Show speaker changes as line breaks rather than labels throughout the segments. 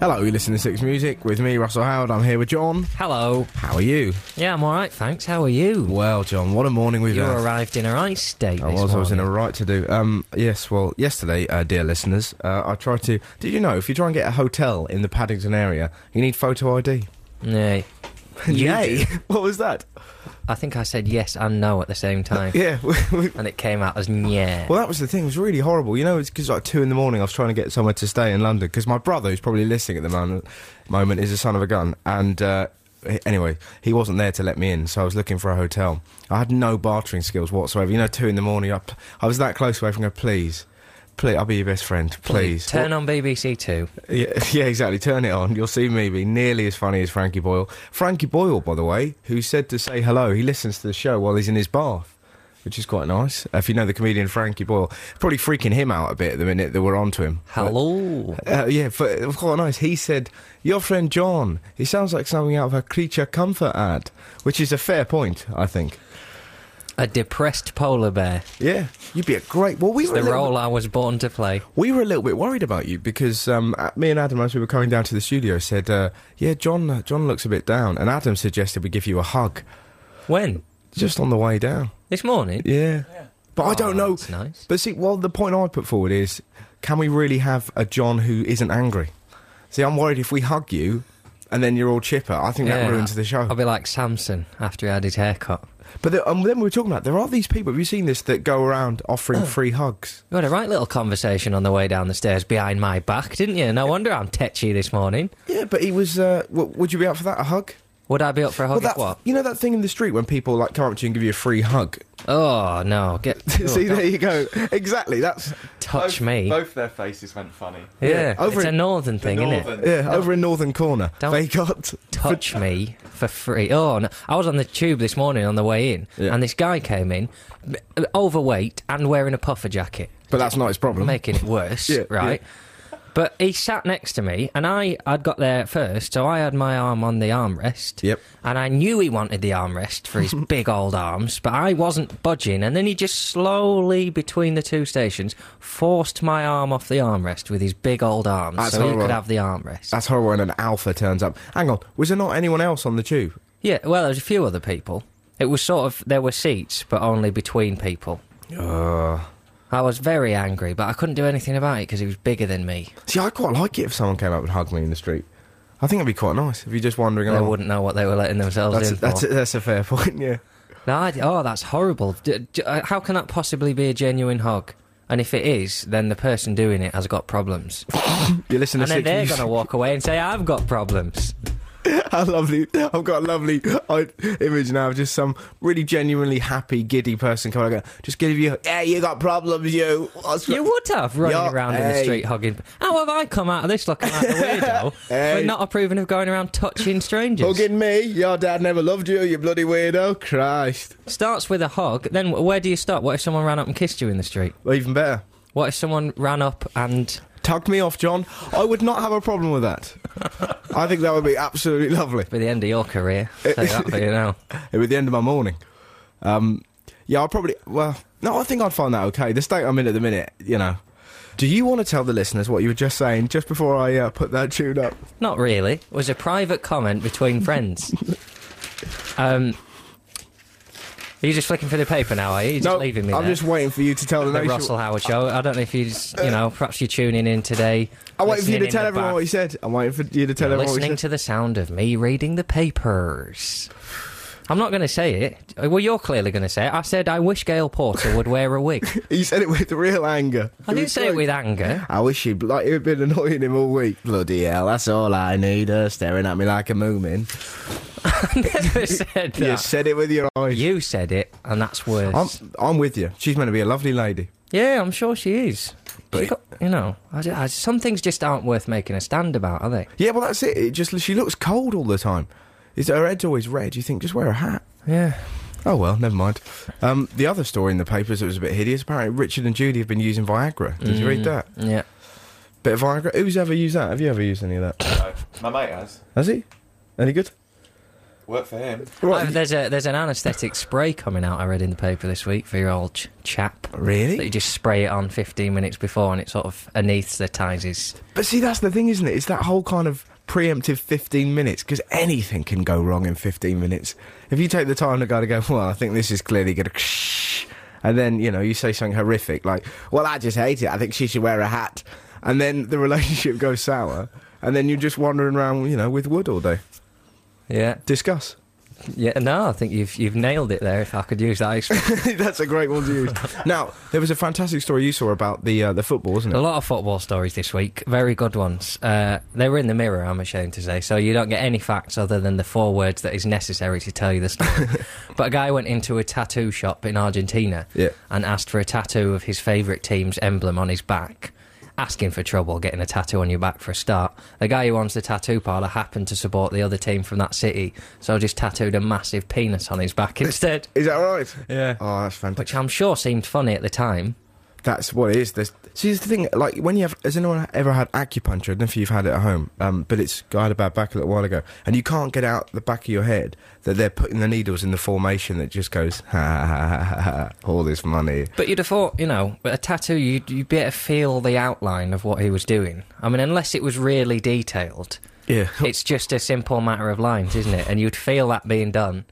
Hello, you listen to Six Music with me, Russell Howard. I'm here with John.
Hello.
How are you?
Yeah, I'm all right, thanks. How are you?
Well, John, what a morning we've
You
had.
arrived in a nice state.
I was, I was in a right to do. Um, yes, well, yesterday, uh, dear listeners, uh, I tried to. Did you know if you try and get a hotel in the Paddington area, you need photo ID?
Nay.
Yay! what was that?
I think I said yes and no at the same time,
Yeah. we- we-
and it came out as yeah.
well, that was the thing. It was really horrible. You know, it's because like two in the morning, I was trying to get somewhere to stay in London because my brother, who's probably listening at the moment, moment is a son of a gun, and. Uh, he- Anyway, he wasn't there to let me in, so I was looking for a hotel. I had no bartering skills whatsoever. You know, two in the morning, I, I was that close away from going, please, please, I'll be your best friend, please.
turn on BBC Two.
Yeah, yeah, exactly. Turn it on. You'll see me be nearly as funny as Frankie Boyle. Frankie Boyle, by the way, who said to say hello, he listens to the show while he's in his bath, which is quite nice. Uh, If you know the comedian Frankie Boyle, probably freaking him out a bit at the minute that we're onto him.
Hello.
Uh, yeah, but it was quite nice. He said, "Your friend John, he sounds like something out of a creature comfort ad," which is a fair point, I think.
A depressed polar bear.
Yeah, you'd be a great. Well, we were a
The
little
role I was born to play.
We were a little bit worried about you because um, uh, me and Adam, as we were coming down to the studio, said, uh, "Yeah, John, uh, John looks a bit down," and Adam suggested we give you a hug
When?
just on the way down.
This morning.
Yeah, but I
Oh,
don't know.
That's nice.
But see, well, the point I put forward is, can we really have a John who isn't angry? See, I'm worried if we hug you. And then you're all chipper. I think that ruins the show.
I'll be like Samson after he had his haircut.
But the, um, then we were talking about there are these people. Have you seen this that go around offering free hugs?
You had a right little conversation on the way down the stairs behind my back, didn't you? No wonder I'm tetchy this morning.
Yeah, but he was. Uh, w- would you be up for that? A hug?
Would I be up for a hug?
well,
if
that,
what?
You know that thing in the street when people like come up to you and give you a free hug.
Oh no! Get
See,
oh,
there you go. Exactly. That's
touch
both,
me.
Both their faces went funny.
Yeah,
Yeah, over
it's
in-
a northern thing, isn't it?
Northern.
yeah. Over in Northern Corner,
Don't-
they got
Touch me for free. Oh, no. I was on the tube this morning on the way in,
Yeah.
and this guy came in, b- overweight and wearing a puffer jacket,
But that's not his problem.
making it worse,
Yeah,
right? But he sat next to me, and I I'd got there first, so I had my arm on the armrest.
Yep.
And I knew he wanted the armrest for his big old arms, but I wasn't budging. And then he just slowly, between the two stations, forced my arm off the armrest with his big old arms,
That's
so he
horrible.
could have the armrest.
That's horrible when an alpha turns up. Hang on, was there not anyone else on the tube?
Yeah, well, there was a few other people. It was sort of there were seats, but only between people.
Uh,
I was very angry, but I couldn't do anything about it because he was bigger than me.
see, I'd quite like it if someone came up and hugged me in the street. I think it'd be quite nice if you're just wandering
They
along.
wouldn't know what they were letting themselves
Oh. That's a,
in
that's,
for.
a, that's a fair point. Yeah.
No, I d- oh, that's horrible. D- d- uh, how can that possibly be a genuine hug? And if it is, then the person doing it has got problems.
You listen to
and then
Six
they're
Music.
going to walk away and say, I've got problems.
How lovely! I've got a lovely uh, image now of just some really genuinely happy, giddy person coming. Out, just give you, yeah, you got problems, you. What's-
You would have running
Yo,
around in the
hey.
street hugging. How have I come out of this looking like a weirdo
Hey.
for not approving of going around touching strangers?
Hugging me? Your dad never loved you, you bloody weirdo. Christ.
starts with a hug. Then wh- where do you stop? What if someone ran up and kissed you in the street?
Well, even better.
What if someone ran up and
Tug me off, John. I would not have a problem with that. I think that would be absolutely lovely.
be the end of your career? Say that for you now.
It would be the end of my morning. Um, yeah, I'll probably. Well, no, I think I'd find that okay. The state I'm in at the minute, you know. Do you want to tell the listeners what you were just saying just before I uh, put that tune up?
Not really. It was a private comment between friends. um, are you just flicking through the paper now? Are you? You're just leaving me
I'm
there.
just waiting for you to tell the,
the
nation.
Russell Howard show. I don't know if you, just, you know, perhaps you're tuning in today.
I'm waiting for you
listening
to
in
tell
the
everyone
bath.
what you said. I'm waiting for you to tell everyone what you
listening
said.
to the sound of me reading the papers. I'm not going to say it. Well, you're clearly going to say it. I said I wish Gail Porter would wear a wig.
He said it with real anger.
I didn't
was
say it
like-
with anger.
I wish he'd like it'd been annoying him all week. Bloody hell, that's all I need. Her staring at me like a moomin.
I never said
You
that.
said it with your eyes.
You said it, and that's worse.
I'm, I'm with you. She's meant to be a lovely lady.
yeah, I'm sure she is.
But-
She got, you know, I, ju- I- some things just aren't worth making a stand about, are they?
Yeah, well that's it. It just she looks cold all the time. Is her head's always red? You think just wear a hat.
Yeah.
Oh well, never mind. Um, the other story in the papers that was a bit hideous. Apparently, Richard and Judy have been using Viagra. Did you
Mm.
read that?
Yeah.
Bit of Viagra. Who's ever used that? Have you ever used any of that?
No, my mate has.
Has he? Any good?
Work for him.
Uh, there's a there's an anaesthetic spray coming out. I read in the paper this week for your old ch- chap. That you
Really?
just spray it on 15 minutes before, and it sort of anaesthetises.
But see, that's the thing, isn't it? It's that whole kind of preemptive 15 minutes because anything can go wrong in 15 minutes. If you take the time to go to go, well, I think this is clearly going to, and then you know you say something horrific like, well, I just hate it. I think she should wear a hat, and then the relationship goes sour, and then you're just wandering around, you know, with wood all day.
Yeah,
Discuss.
yeah. No, I think you've you've nailed it there. If I could use that, expression.
that's a great one to use. now there was a fantastic story you saw about the uh, the football, wasn't
a
it?
lot of football stories this week, very good ones. Uh, they were in the mirror. I'm ashamed to say, so you don't get any facts other than the four words that is necessary to tell you the story. but a guy went into a tattoo shop in Argentina
Yeah.
and asked for a tattoo of his favourite team's emblem on his back. Asking for trouble getting a tattoo on your back for a start. The guy who owns the tattoo parlour happened to support the other team from that city, so just tattooed a massive penis on his back instead.
Is that right?
Yeah.
Oh, that's fantastic.
Which I'm sure seemed funny at the time.
That's what it is. There's, see, it's the thing. Like when you have, has anyone ever had acupuncture? I don't know if you've had it at home, um, but it's I had a bad back a little while ago, and you can't get out the back of your head that they're putting the needles in the formation that just goes ha ha ha ha, ha, ha all this money.
But you'd have thought, you know, with a tattoo, you'd, you'd be able to feel the outline of what he was doing. I mean, unless it was really detailed,
Yeah,
it's just a simple matter of lines, isn't it? And you'd feel that being done.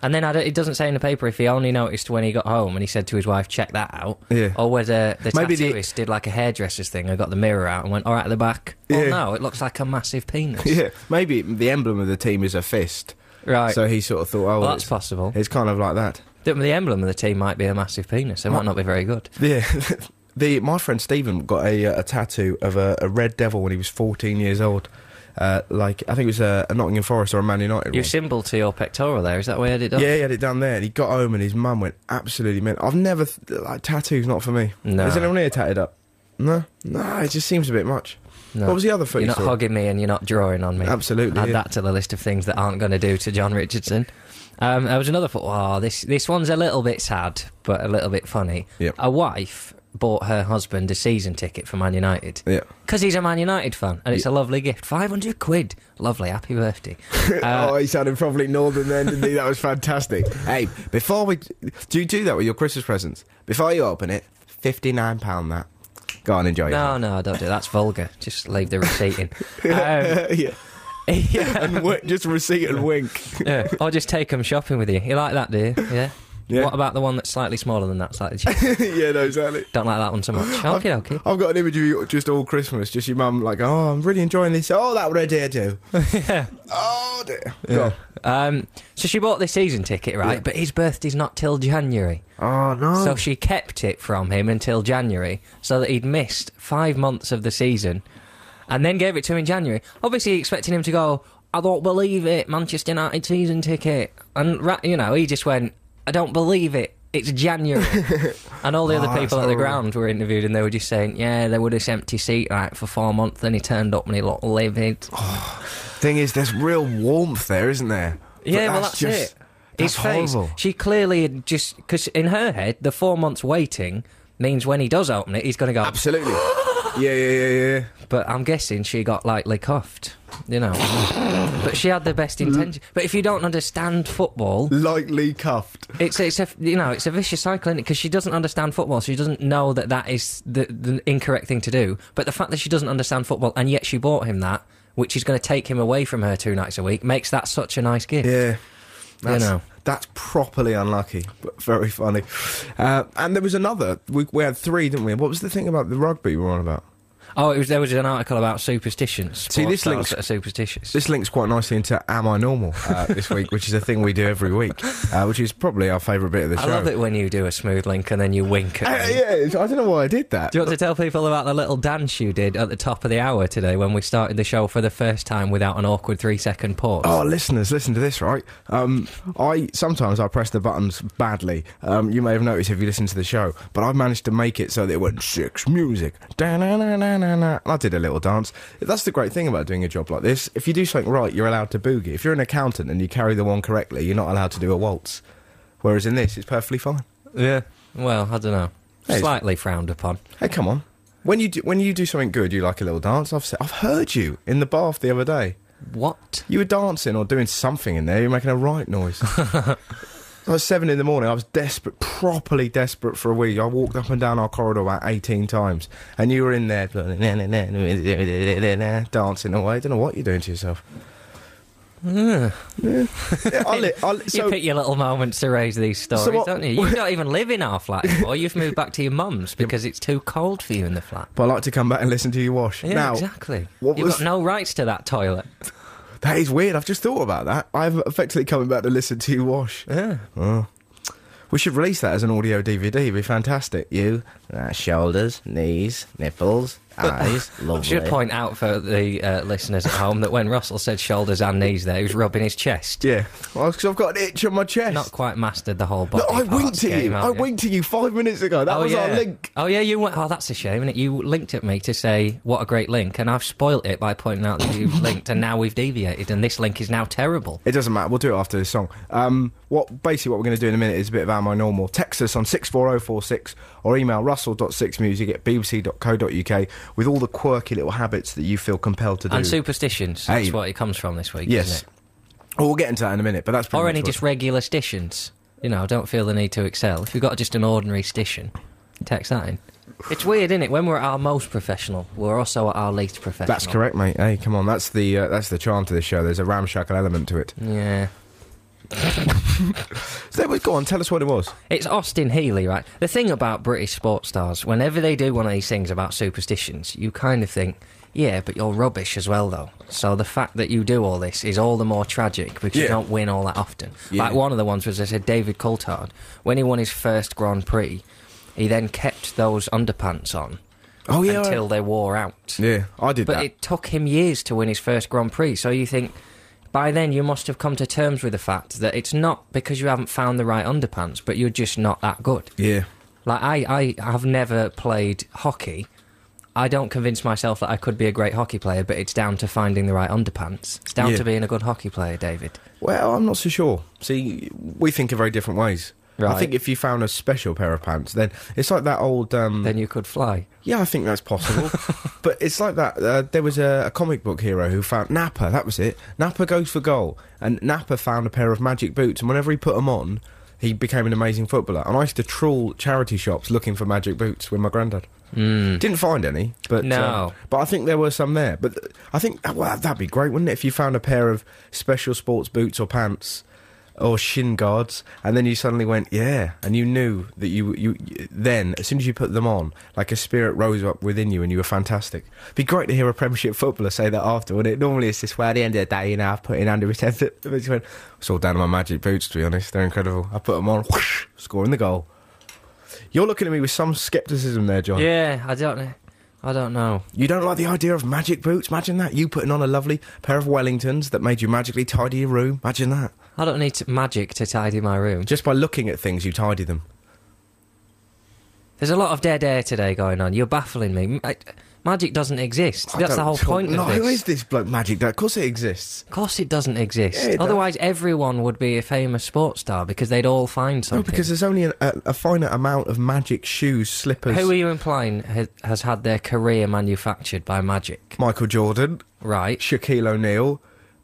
And then I don't- it doesn't say in the paper if he only noticed when he got home and he said to his wife, check that out.
Yeah.
Or whether the
Maybe the-
tattooist did like a hairdresser's thing and got the mirror out and went, all right, at the back.
Yeah.
Well, no, it looks like a massive penis.
yeah. Maybe the emblem of the team is a fist,
Right.
so he sort of thought, oh,
well, that's
it's,
possible.
it's kind of like that.
The, the emblem of the team might be a massive penis. It might not be very good.
Yeah. The, my friend Stephen got a, uh, a tattoo of a, a red devil when he was 14 years old. Uh, like I think it was a, a Nottingham Forest or a Man United.
Your
one.
symbol to your pectoral there, is that where it up?
Yeah, he had it down there, and he got home, and his mum went absolutely mental. I've never th- like tattoos, not for me.
No.
Is anyone here tatted up? No, no, it just seems a bit much.
No.
What was the other foot?
You're
you
not
saw?
hugging me and you're not drawing on me.
Absolutely,
Add
yeah.
that to the list of things that aren't going to do to John Richardson. Um, there was another. fo- Oh, this this one's a little bit sad, but a little bit funny.
Yep.
A wife bought her husband a season ticket for Man United
Yeah.
because he's a Man United fan, and it's a lovely gift. Five hundred quid, lovely, happy birthday. Uh,
oh, he sounded probably northern then, didn't he? That was fantastic. hey, before we do you do that with your Christmas presents? Before you open it, fifty nine pound that. Go on, enjoy.
no, no, don't do that. That's vulgar. Just leave the receipt in. Um,
yourself. yeah.
yeah.
And w- just receipt and wink.
yeah. Or just take them shopping with you. You like that, do you? Yeah.
Yeah.
What about the one that's slightly smaller than that, slightly cheaper?
yeah, no, exactly.
Don't like that one so much. Okay, okay.
I've got an image of you just all Christmas, just your mum like, oh, I'm really enjoying this. Oh, that would I dare do. Oh dear. Go on.
Um, so she bought the season ticket, right?
Yeah.
But his birthday's not till January.
Oh no.
So she kept it from him until January so that he'd missed five months of the season and then gave it to him in January. Obviously, expecting him to go, I don't believe it, Manchester United season ticket. And, ra- you know, he just went, I don't believe it. It's January. and all the
Oh,
other
that's
people at
horrible.
the ground were interviewed and they were just saying, yeah, there was this empty seat right for four months. Then he turned up and he looked livid.
Thing is, there's real warmth there, isn't there?
Yeah,
But
well, that's
just-
it.
That's
His face.
horrible.
She clearly had just because in her head, the four months waiting means when he does open it, he's going to go.
Absolutely. yeah, yeah, yeah, yeah.
But I'm guessing she got lightly cuffed, you know. but she had the best intention. But if you don't understand football,
Lightly cuffed.
it's it's a you know it's a vicious cycle because she doesn't understand football, so she doesn't know that that is the, the incorrect thing to do. But the fact that she doesn't understand football and yet she bought him that, which is going to take him away from her two nights a week, makes that such a nice gift.
Yeah. That's,
know.
that's properly unlucky, but very funny. Uh, and there was another. We, we had three, didn't we? What was the thing about the rugby we were on about?
Oh, it was there was an article about superstitions.
See,
sports
this
stars
links-
that are superstitious.
This links quite nicely into Am I Normal uh, this week, which is a thing we do every week, uh, which is probably our favourite bit of the
I
show.
love it when you do a smooth link and then you wink
Uh,
at me.
yeah, I don't know why I did that.
Do you want to tell people about the little dance you did at the top of the hour today when we started the show for the first time without an awkward three second pause?
Oh, listeners, listen to this, right? Um, I sometimes I press the buttons badly. Um, you may have noticed if you listen to the show, but I managed to make it so that it went six music. Da-na-na-na-na-na. I did a little dance. That's the great thing about doing a job like this. If you do something right, you're allowed to boogie. If you're an accountant and you carry the one correctly, you're not allowed to do a waltz. Whereas in this, it's perfectly fine.
Yeah. Well, I don't know.
Hey.
Slightly frowned upon.
Hey, come on. When you do, when you do something good, you like a little dance. I've said, I've heard you in the bath the other day.
What?
You were dancing or doing something in there. You were making a right noise. It was seven in the morning. I was desperate, properly desperate for a wee. I walked up and down our corridor about eighteen times, and you were in there dancing away. don't know what you're doing to yourself.
Ugh.
Yeah, I li- I li-
you
so
pick your little moments to raise these stories,
what-
don't you? You don't even live in our flat anymore. You've moved back to your mum's because it's too cold for you in the flat.
but I like to come back and listen to you wash.
Yeah,
now,
exactly.
what
You've
was-
got no rights to that toilet.
that is weird. I've just thought about that. I'm effectively coming back to listen to you wash.
Yeah.
Oh. We should release that as an audio DVD. It'd be fantastic. You, uh, shoulders, knees, nipples, eyes,
I
lovely.
should point out for the uh, listeners at home that when Russell said shoulders and knees there, he was rubbing his chest.
Yeah, well, because I've got an itch on my chest.
Not quite mastered the whole body.
Look, I
parts
winked at
game,
you.
have
I winked at you five minutes ago. That
oh,
was
yeah.
our link.
Oh, yeah, you went. Oh, that's a shame, isn't it? You linked at me to say, what a great link, and I've spoilt it by pointing out that you've linked, and now we've deviated, and this link is now terrible.
It doesn't matter. We'll do it after this song. Um, what basically what we're going to do in a minute is a bit of Am I Normal. Text us on six four zero four six or email russell.6music at bbc.co.uk with all the quirky little habits that you feel compelled to do.
And superstitions. That's
Hey.
what it comes from this week,
yes.
isn't it?
Well, we'll get into that in a minute. But that's pretty
Or
much
any
what-
just regular stitions. You know, don't feel the need to excel. If you've got just an ordinary stition, text that in. It's weird, isn't it? When we're at our most professional, we're also at our least professional.
That's correct, mate. Hey, come on, that's the uh, that's the charm to this show. There's a ramshackle element to it.
Yeah.
So there we go on. Tell us what it was.
It's Austin Healy, right? The thing about British sports stars, whenever they do one of these things about superstitions, you kind of think, yeah, but you're rubbish as well, though. So the fact that you do all this is all the more tragic because you
Yeah.
don't win all that often.
Yeah.
Like one of the ones was, I said, David Coulthard, when he won his first Grand Prix, he then kept those underpants on
Oh yeah,
until they wore out.
yeah, I did
But
that.
it took him years to win his first Grand Prix, so you think by then you must have come to terms with the fact that it's not because you haven't found the right underpants, but you're just not that good.
yeah,
Like I, I have never played hockey. I don't convince myself that I could be a great hockey player, but it's down to finding the right underpants. It's down
Yeah.
to being a good hockey player, David.
well, I'm not so sure. See, we think in very different ways. I
Right.
think if you found a special pair of pants, then it's like that old. Um,
Then you could fly.
yeah, I think that's possible. but it's like that. Uh, there was a, a comic book hero who found Nappa. That was it. Nappa goes for goal, and Nappa found a pair of magic boots, and whenever he put them on, he became an amazing footballer. And I used to trawl charity shops looking for magic boots with my granddad.
Mm.
Didn't find any, but
No.
uh, but I think there were some there. But th- I think well, that'd be great, wouldn't it? If you found a pair of special sports boots or pants or shin guards, and then you suddenly went, yeah, and you knew that you you then as soon as you put them on, like a spirit rose up within you, and you were fantastic. Be great to hear a Premiership footballer say that after, wouldn't it? Normally it's just well, at the end of the day, you know, I've put in under percent. It's all down to my magic boots, to be honest. They're incredible. I put them on, whoosh, scoring the goal. You're looking at me with some scepticism there, John.
Yeah, I don't know. I don't know.
You don't like the idea of magic boots? Imagine that. You putting on a lovely pair of Wellingtons that made you magically tidy your room. Imagine that.
I don't need to, magic to tidy my room.
Just by looking at things, you tidy them.
There's a lot of dead air today going on. You're baffling me. M- I- magic doesn't exist.
I
That's the
don't-
whole point
No,
of this.
Who is this bloke magic? That of course it exists.
Of course, it doesn't exist.
Yeah, it does.
Otherwise, everyone would be a famous sports star because they'd all find
No,
something.
because there's only a, a, a finite amount of magic shoes, slippers.
who are you implying ha- has had their career manufactured by magic?
Michael Jordan,
Right?
Shaquille O'Neal.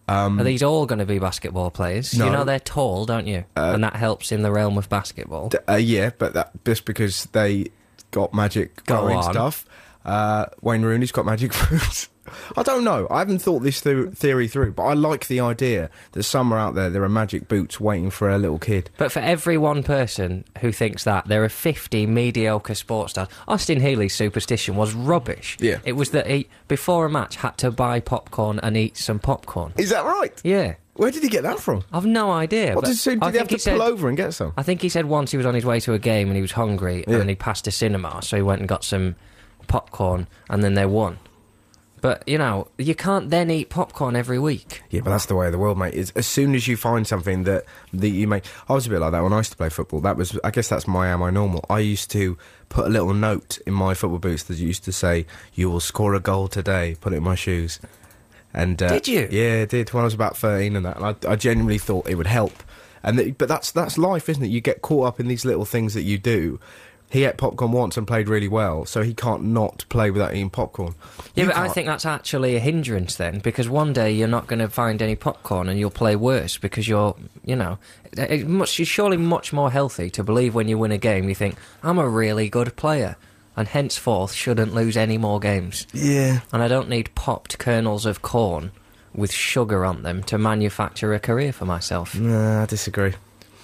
Um,
Are these all going to be basketball players?
No. Uh,
You know they're tall, don't you? and that helps in the realm of basketball.
d- uh, yeah, but that just because they got magic
Go
going
on.
stuff. Uh, Wayne Rooney's got magic boots. I don't know. I haven't thought this thro- theory through, but I like the idea that somewhere out there there are magic boots waiting for a little kid.
But for every one person who thinks that, there are 50 mediocre sports stars. Austin Healy's superstition was rubbish.
Yeah.
It was that he, before a match, had to buy popcorn and eat some popcorn.
Is that right?
Yeah.
Where did he get that from?
I've no idea.
What
but
did, so did
I
he have
think
to
he
pull
said-
over and get some?
I think he said once he was on his way to a game and he was hungry
Yeah.
and he passed a cinema, so he went and got some popcorn and then they won. But you know, you can't then eat popcorn every week.
Yeah, but that's the way of the world, mate. Is as soon as you find something that that you make, I was a bit like that when I used to play football. That was, I guess, that's my am I normal. I used to put a little note in my football boots that used to say, "You will score a goal today." Put it in my shoes. And uh,
Did you?
Yeah, I did when I was about thirteen and that. And I, I genuinely thought it would help. And that, but that's that's life, isn't it? You get caught up in these little things that you do. he ate popcorn once and played really well, so he can't not play without eating popcorn.
Yeah,
You
but I
can't-
think that's actually a hindrance then, because one day you're not going to find any popcorn and you'll play worse because you're, you know, it- it much, it's surely much more healthy to believe when you win a game you think, I'm a really good player, and henceforth shouldn't lose any more games.
Yeah.
And I don't need popped kernels of corn with sugar on them to manufacture a career for myself.
Nah, I disagree.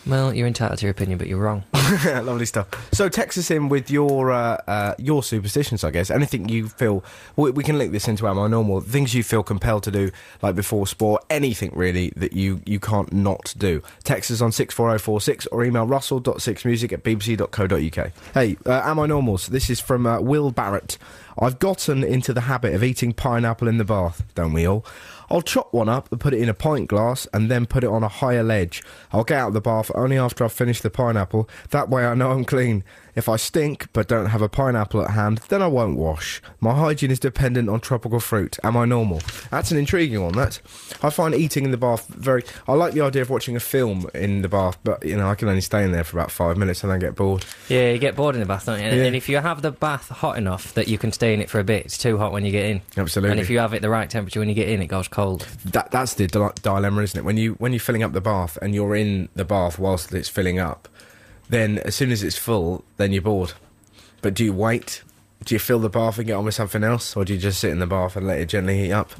Well, you're entitled to your opinion, but you're wrong.
Lovely stuff. So text us in with your uh, uh, your superstitions, I guess. Anything you feel. We, we can link this into our normal things you feel compelled to do, like before sport. Anything really that you you can't not do. Text us on six four zero four six or email russell.sixmusic at bbc.co.uk. Hey, uh, am I normals? This is from uh, Will Barrett. I've gotten into the habit of eating pineapple in the bath, don't we all? I'll chop one up and put it in a pint glass and then put it on a higher ledge. I'll get out of the bath only after I've finished the pineapple. That way I know I'm clean. If I stink but don't have a pineapple at hand, then I won't wash. My hygiene is dependent on tropical fruit. Am I normal? That's an intriguing one, that. I find eating in the bath very. I like the idea of watching a film in the bath, but, you know, I can only stay in there for about five minutes and then get bored.
yeah, you get bored in the bath, don't you? And,
Yeah.
and if you have the bath hot enough that you can stay in it for a bit, it's too hot when you get in.
Absolutely.
And if you have it the right temperature when you get in, it goes cold.
that that's the dile- dilemma, isn't it? When you when you're filling up the bath and you're in the bath whilst it's filling up, then as soon as it's full, then you're bored. But do you wait? Do you fill the bath and get on with something else, or do you just sit in the bath and let it gently heat up?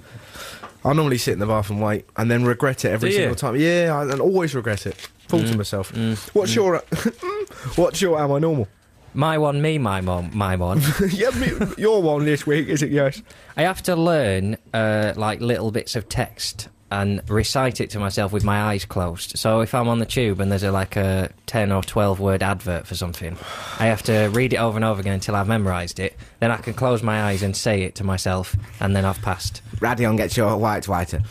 I normally sit in the bath and wait, and then regret it every
Do you? Mm.
single time. Yeah, I, and always regret it. Fool to myself. what's your uh, What's your am I normal?
My one, me, my mom, my one.
yeah, me- your e, one this week is it? Yes.
I have to learn uh, like little bits of text and recite it to myself with my eyes closed. So if I'm on the tube and there's a, like a ten or twelve word advert for something, I have to read it over and over again until I've memorised it. Then I can close my eyes and say it to myself, and then I've passed
Radion gets your white whiter.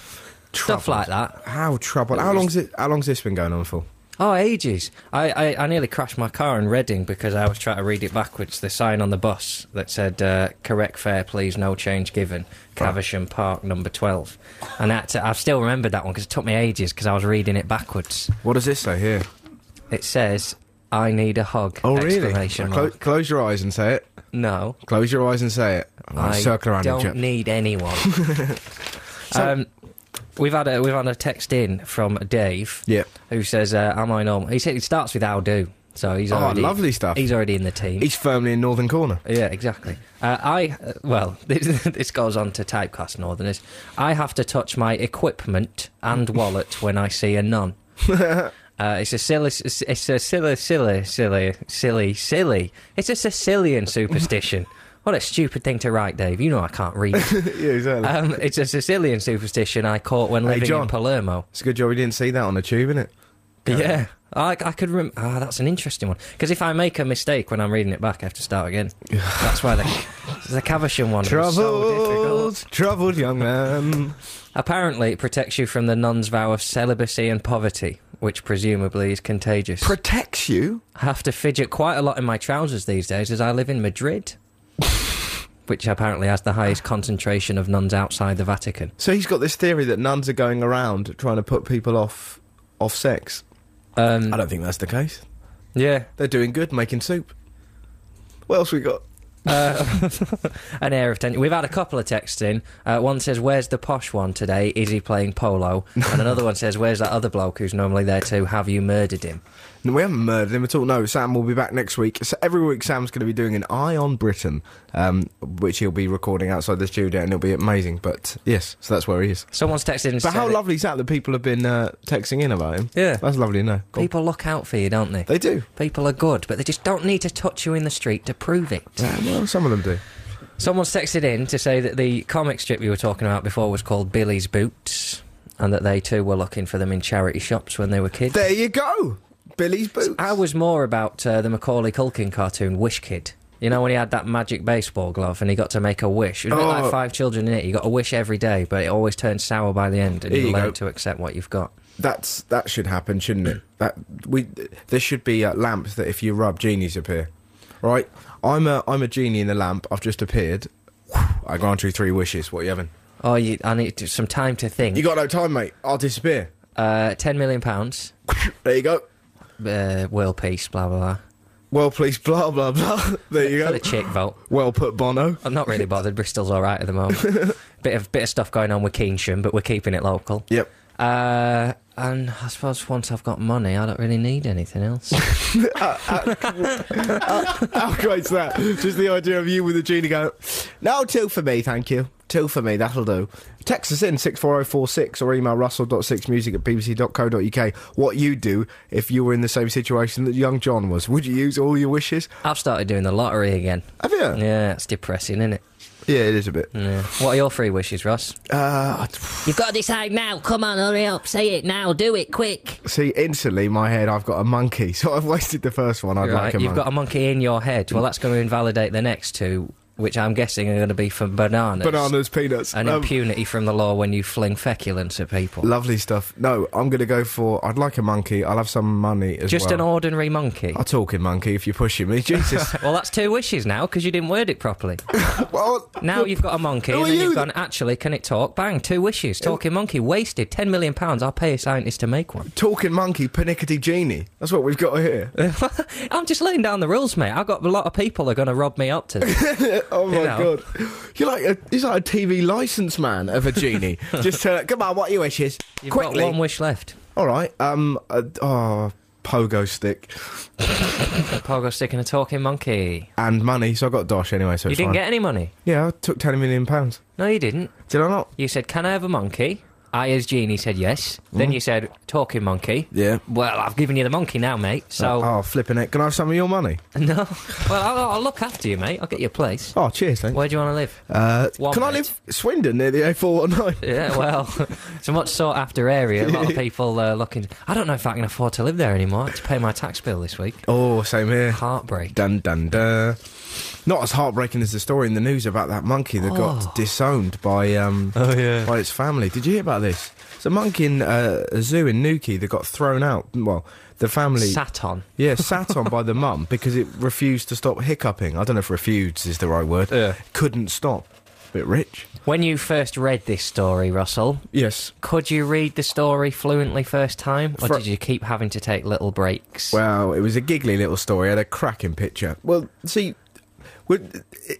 stuff like that.
How troubled? How long's it? How long's this been going on for?
Oh, ages! I, I, I nearly crashed my car in Reading because I was trying to read it backwards. The sign on the bus that said uh, "Correct fare, please, no change given, Caversham Park, number 12. and that I've still remembered that one because it took me ages because I was reading it backwards.
What does this say here?
It says, "I need a hug!"
Oh, really?
exclamation
Clo-
mark.
close your eyes and say it.
No,
Close your eyes and say it. Right,
I
Oh, circle around
don't
each other.
need anyone. um, we've had a we've had a text in from Dave
Yeah.
who says, uh, "Am I normal?" He said it starts with "How do." So he's
Oh,
already
lovely stuff.
He's already in the team.
He's firmly in northern corner.
Yeah, exactly. Uh, I uh, well, this, this goes on to typecast northerners. I have to touch my equipment and wallet when I see a nun. Uh, it's a silly, it's a silly, silly, silly, silly, silly. It's a Sicilian superstition. what a stupid thing to write, Dave. You know I can't read.
yeah, exactly.
um, it's a Sicilian superstition I caught when
Hey,
living
John.
in Palermo.
it's a good job we didn't see that on the tube, isn't it?
Yeah, I, I could. Rem- ah, that's an interesting one. Because if I make a mistake when I'm reading it back, I have to start again. that's why the the Caversham one was so
Troubled,
difficult.
troubled young man.
Apparently, it protects you from the nun's vow of celibacy and poverty, which presumably is contagious.
Protects you.
I have to fidget quite a lot in my trousers these days, as I live in Madrid, which apparently has the highest concentration of nuns outside the Vatican.
So he's got this theory that nuns are going around trying to put people off off sex.
Um,
I don't think that's the case.
yeah,
They're doing good, making soup. What else we got?
Uh, an air of tension. We've had a couple of texts in. Uh, one says, "Where's the posh one today? Is he playing polo?" And another one says, "Where's that other bloke who's normally there too? Have you murdered him?"
No, we haven't murdered him at all. No, Sam will be back next week. So every week, Sam's going to be doing an Eye on Britain, um, which he'll be recording outside the studio, and it'll be amazing. But yes, so that's where he is.
Someone's texted in.
But
said
how
that
lovely is that that people have been uh, texting in about him?
Yeah.
that's lovely. No,
People look out for you, don't they?
they do.
People are good, but they just don't need to touch you in the street to prove it.
Yeah, well, some of them do.
Someone's texted in to say that the comic strip you were talking about before was called Billy's Boots, and that they too were looking for them in charity shops when they were kids.
There you go, Billy's boots.
I was more about uh, the Macaulay Culkin cartoon Wish Kid. You know when he had that magic baseball glove and he got to make a wish. It was a bit
Oh.
like five children in it. You got a wish every day, but it always turns sour by the end, and
Here
you're
you
learn
go.
to accept what you've got.
That's that should happen, shouldn't it? That we there should be uh, lamps that if you rub, genies appear. Right, I'm a I'm a genie in the lamp. I've just appeared. I grant you three wishes. What are you having?
Oh, you, I need to- some time to think.
You got no time, mate. I'll disappear.
uh, Ten million pounds,
There you go.
uh, world peace, blah blah blah.
well please blah blah blah. there you
For the
go.
chick vote.
Well put, Bono.
I'm not really bothered. Bristol's all right at the moment. bit of bit of stuff going on with Keynsham, but we're keeping it local.
Yep.
Uh, and I suppose once I've got money, I don't really need anything else.
How great's that? Just the idea of you with the genie going, no, two for me, thank you. Two for me, that'll do. Text us in 64046 or email russell.sixmusic at bbc.co.uk what you do if you were in the same situation that young John was. Would you use all your wishes?
I've started doing the lottery again.
Have you? Yeah,
Yeah, Mm. it's depressing, isn't it?
it is a bit.
Yeah. What are your three wishes, Ross?
Uh,
You've got to decide now. Come on, hurry up. Say it now. Do it quick.
see, instantly in my head, I've got a monkey, so I've wasted the first one. I'd like
Right,
a Mm.
you've
monkey.
got a monkey in your head. Well, that's going to invalidate the next two, which I'm guessing are going to be for bananas.
Bananas, peanuts.
And
Um,
impunity from the law when you fling feculence at people.
lovely stuff. No, I'm going to go for, I'd like a monkey. I'll have some money as
Just
well.
an ordinary monkey.
I'm talking monkey if you're pushing me. Jesus.
Well, that's two wishes now because you didn't word it properly.
well,
Now you've got a monkey,
Who
and
are
then
you
you've
th-
gone, actually, can it talk? Bang, two wishes. Talking monkey, wasted. £10 million. pounds. I'll pay a scientist to make one.
Talking monkey, panickety genie. That's what we've got here.
Eh, I'm just laying down the rules, mate. I've got a lot of people that are going to rob me up to this.
Oh my
You know.
god, you're like a, he's like a TV license man of a genie. Just tell it, come on, what are your wishes?
You've
Quickly.
got one wish left.
All right. Um. Uh, oh, pogo stick
A pogo stick and a talking monkey.
and money. So I got Dosh anyway. So
You
it's
didn't
fine.
get any money.
Yeah, I took ten million pounds.
No, you didn't.
Did I not?
You said, can I have a monkey? I, as Genie, said yes. Then you said, talking monkey.
Hmm? Yeah.
Well, I've given you the monkey now, mate. So,
Oh, flipping it. Can I have some of your money?
no. Well, I'll, I'll look after you, mate. I'll get you a place.
Oh, cheers, thanks.
Where do you want to live?
Uh,
One
can I
minute.
live Swindon near the A419?
Yeah, well, it's a much sought after area. A lot of people uh, looking. I don't know if I can afford to live there anymore. I had to pay my tax bill this week.
Oh, same here.
Heartbreak.
Dun dun dun. Not as heartbreaking as the story in the news about that monkey that
Oh.
got disowned by um
Oh, yeah.
by its family. Did you hear about this? It's a monkey in uh, a zoo in Newquay that got thrown out. Well, the family
Sat on.
yeah sat on by the mum because it refused to stop hiccuping. I don't know if refused is the right word.
Yeah.
Couldn't stop. Bit rich.
When you first read this story, Russell,
Yes.
could you read the story fluently first time, or
Fr-
did you keep having to take little breaks?
Well, it was a giggly little story. I had a cracking picture. Well, see, we-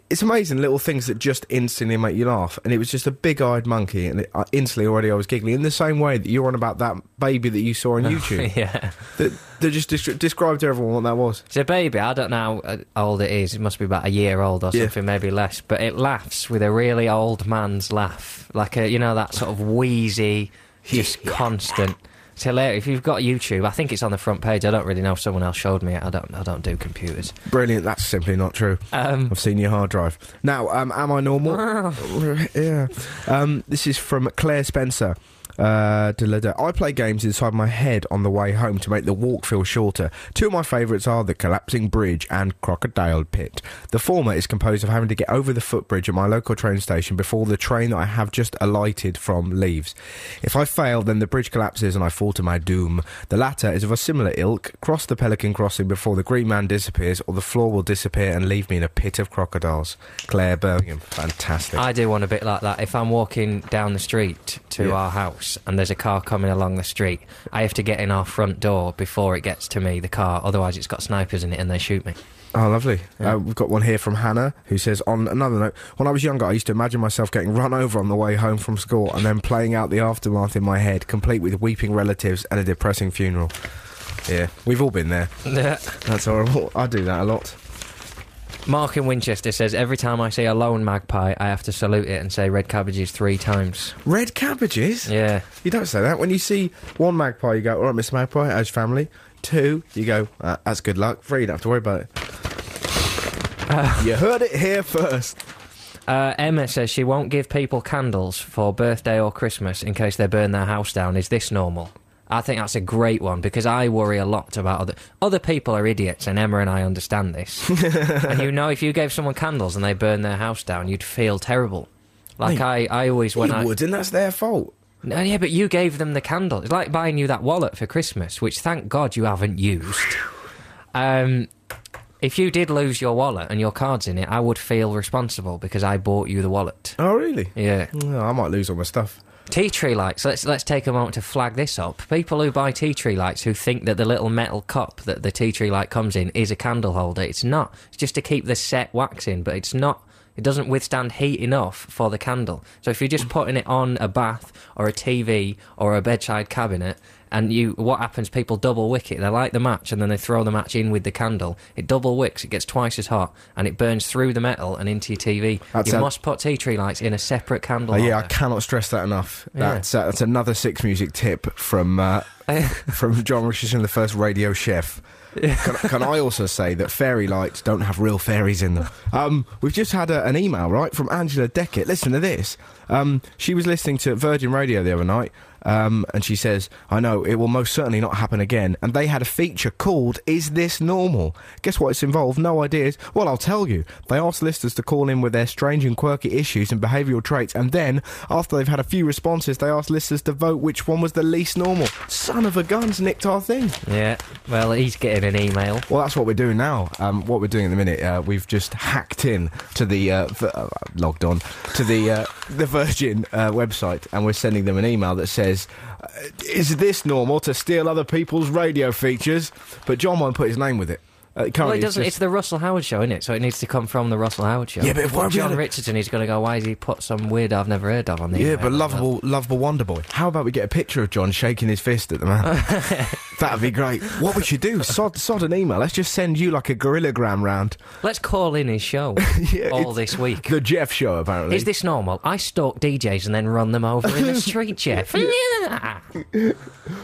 it's amazing little things that just instantly make you laugh. And it was just a big-eyed monkey, and it, I, instantly already I was giggling. In the same way that you're on about that baby that you saw on YouTube,
yeah.
that, that just descri- described to everyone what that was.
It's a baby. I don't know how uh, old it is. It must be about a year old or
Yeah.
something, maybe less. But it laughs with a really old man's laugh, like a you know that sort of wheezy, just constant. It's hilarious. If you've got YouTube, I think it's on the front page. I don't really know if someone else showed me it. I don't. I don't do computers.
Brilliant. That's simply not true.
Um,
I've seen your hard drive. Now, um, am I normal? yeah. Um, this is from Claire Spencer. Uh, da, da, da. I play games inside my head on the way home to make the walk feel shorter. Two of my favourites are The Collapsing Bridge and Crocodile Pit. The former is composed of having to get over the footbridge at my local train station before the train that I have just alighted from leaves. If I fail, then the bridge collapses and I fall to my doom. The latter is of a similar ilk. Cross the Pelican Crossing before the Green Man disappears, or the floor will disappear and leave me in a pit of crocodiles. Claire Birmingham. Fantastic.
I do one a bit like that. If I'm walking down the street to
Yeah.
our house and there's a car coming along the street, I have to get in our front door before it gets to me. The car, otherwise it's got snipers in it and they shoot me.
Oh, lovely. Uh, we've got one here from Hannah who says, on another note, when I was younger, I used to imagine myself getting run over on the way home from school and then playing out the aftermath in my head, complete with weeping relatives and a depressing funeral. Yeah, we've all been there. That's horrible. I do that a lot.
Mark in Winchester says every time I see a lone magpie, I have to salute it and say red cabbages three times.
Red cabbages?
Yeah.
You don't say that. When you see one magpie, you go, all right, Mr. Magpie, how's your family? Two, you go, uh, that's good luck. Three, you don't have to worry about it. you heard it here first.
Uh, Emma says she won't give people candles for birthday or Christmas in case they burn their house down. Is this normal? I think that's a great one because I worry a lot about other other people are idiots, and Emma and I understand this. and you know, if you gave someone candles and they burn their house down, you'd feel terrible. Like I, I always when
you
I
would, and that's their fault.
No, yeah, but you gave them the candle. It's like buying you that wallet for Christmas, which thank God you haven't used. Um, if you did lose your wallet and your cards in it, I would feel responsible because I bought you the wallet.
Oh, really?
Yeah.
Oh, I might lose all my stuff.
Tea tree lights. Let's let's take a moment to flag this up. People who buy tea tree lights who think that the little metal cup that the tea tree light comes in is a candle holder. It's not. It's just to keep the set wax in, but it's not. It doesn't withstand heat enough for the candle. So if you're just putting it on a bath or a TV or a bedside cabinet, and you, what happens? People double wick it. They light the match and then they throw the match in with the candle. It double wicks. It gets twice as hot and it burns through the metal and into your TV.
That
you
sound-
must put tea tree lights in a separate candle.
Uh, yeah, I
holder.
cannot stress that enough.
Yeah.
That's uh, that's another six music tip from uh, from John Richardson, the first radio chef. Can, can I also say that fairy lights don't have real fairies in them? Um, we've just had a, an email right from Angela Deckett. Listen to this. Um, she was listening to Virgin Radio the other night, um, and she says, "I know it will most certainly not happen again." And they had a feature called "Is This Normal?" Guess what? It's involved. No ideas. Well, I'll tell you. They asked listeners to call in with their strange and quirky issues and behavioural traits, and then after they've had a few responses, they asked listeners to vote which one was the least normal. Son of a guns, nicked our thing.
Yeah. Well, he's getting an email.
Well, that's what we're doing now. Um, what we're doing at the minute, uh, we've just hacked in to the uh, v- uh, logged on to the uh, the Virgin uh, website, and we're sending them an email that says, uh, "Is this normal to steal other people's radio features?" But John won't put his name with it. Uh, currently,
Well, it
it's
doesn't. It's,
just-
the Russell Howard show, isn't it? So it needs to come from the Russell Howard show.
Yeah, but if
Poor
we're
John
gonna-
Richardson is going to go, why has he put some weird I've never heard of on the
yeah,
email?"
but lovable, lovable Wonder Boy. How about we get a picture of John shaking his fist at the man? That'd be great. What we should do? Sod, sod an email. Let's just send you like a gorillagram round.
Let's call in his show
Yeah,
all
it's-
this week.
The Jeff Show, apparently.
Is this normal? I stalk DJs and then run them over in the street, Jeff. Yeah.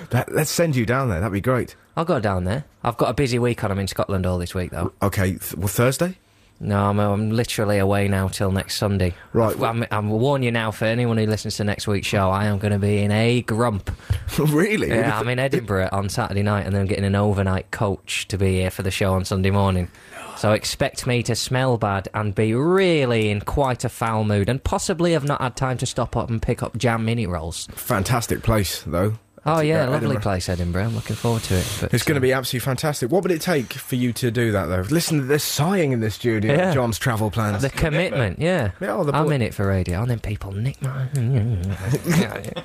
That- let's send you down there. That'd be great.
I'll go down there. I've got a busy week on. I'm in Scotland all this week, though.
Okay, th- well, Thursday?
No, I'm, I'm literally away now till next Sunday.
Right.
I'm, I'm warn you now for anyone who listens to next week's show. I am going to be in a grump.
really?
Yeah, I'm in Edinburgh on Saturday night, and then I'm getting an overnight coach to be here for the show on Sunday morning. So expect me to smell bad and be really in quite a foul mood, and possibly have not had time to stop up and pick up jam mini rolls.
Fantastic place, though.
Oh yeah, lovely
Edinburgh.
place, Edinburgh. I'm looking forward to it. But
It's going
uh,
to be absolutely fantastic. What would it take for you to do that, though? Listen to the sighing in the studio.
Yeah.
John's travel plans.
the commitment. Yeah,
Yeah, oh, the
I'm
boy-
in it for radio, and then people nick my.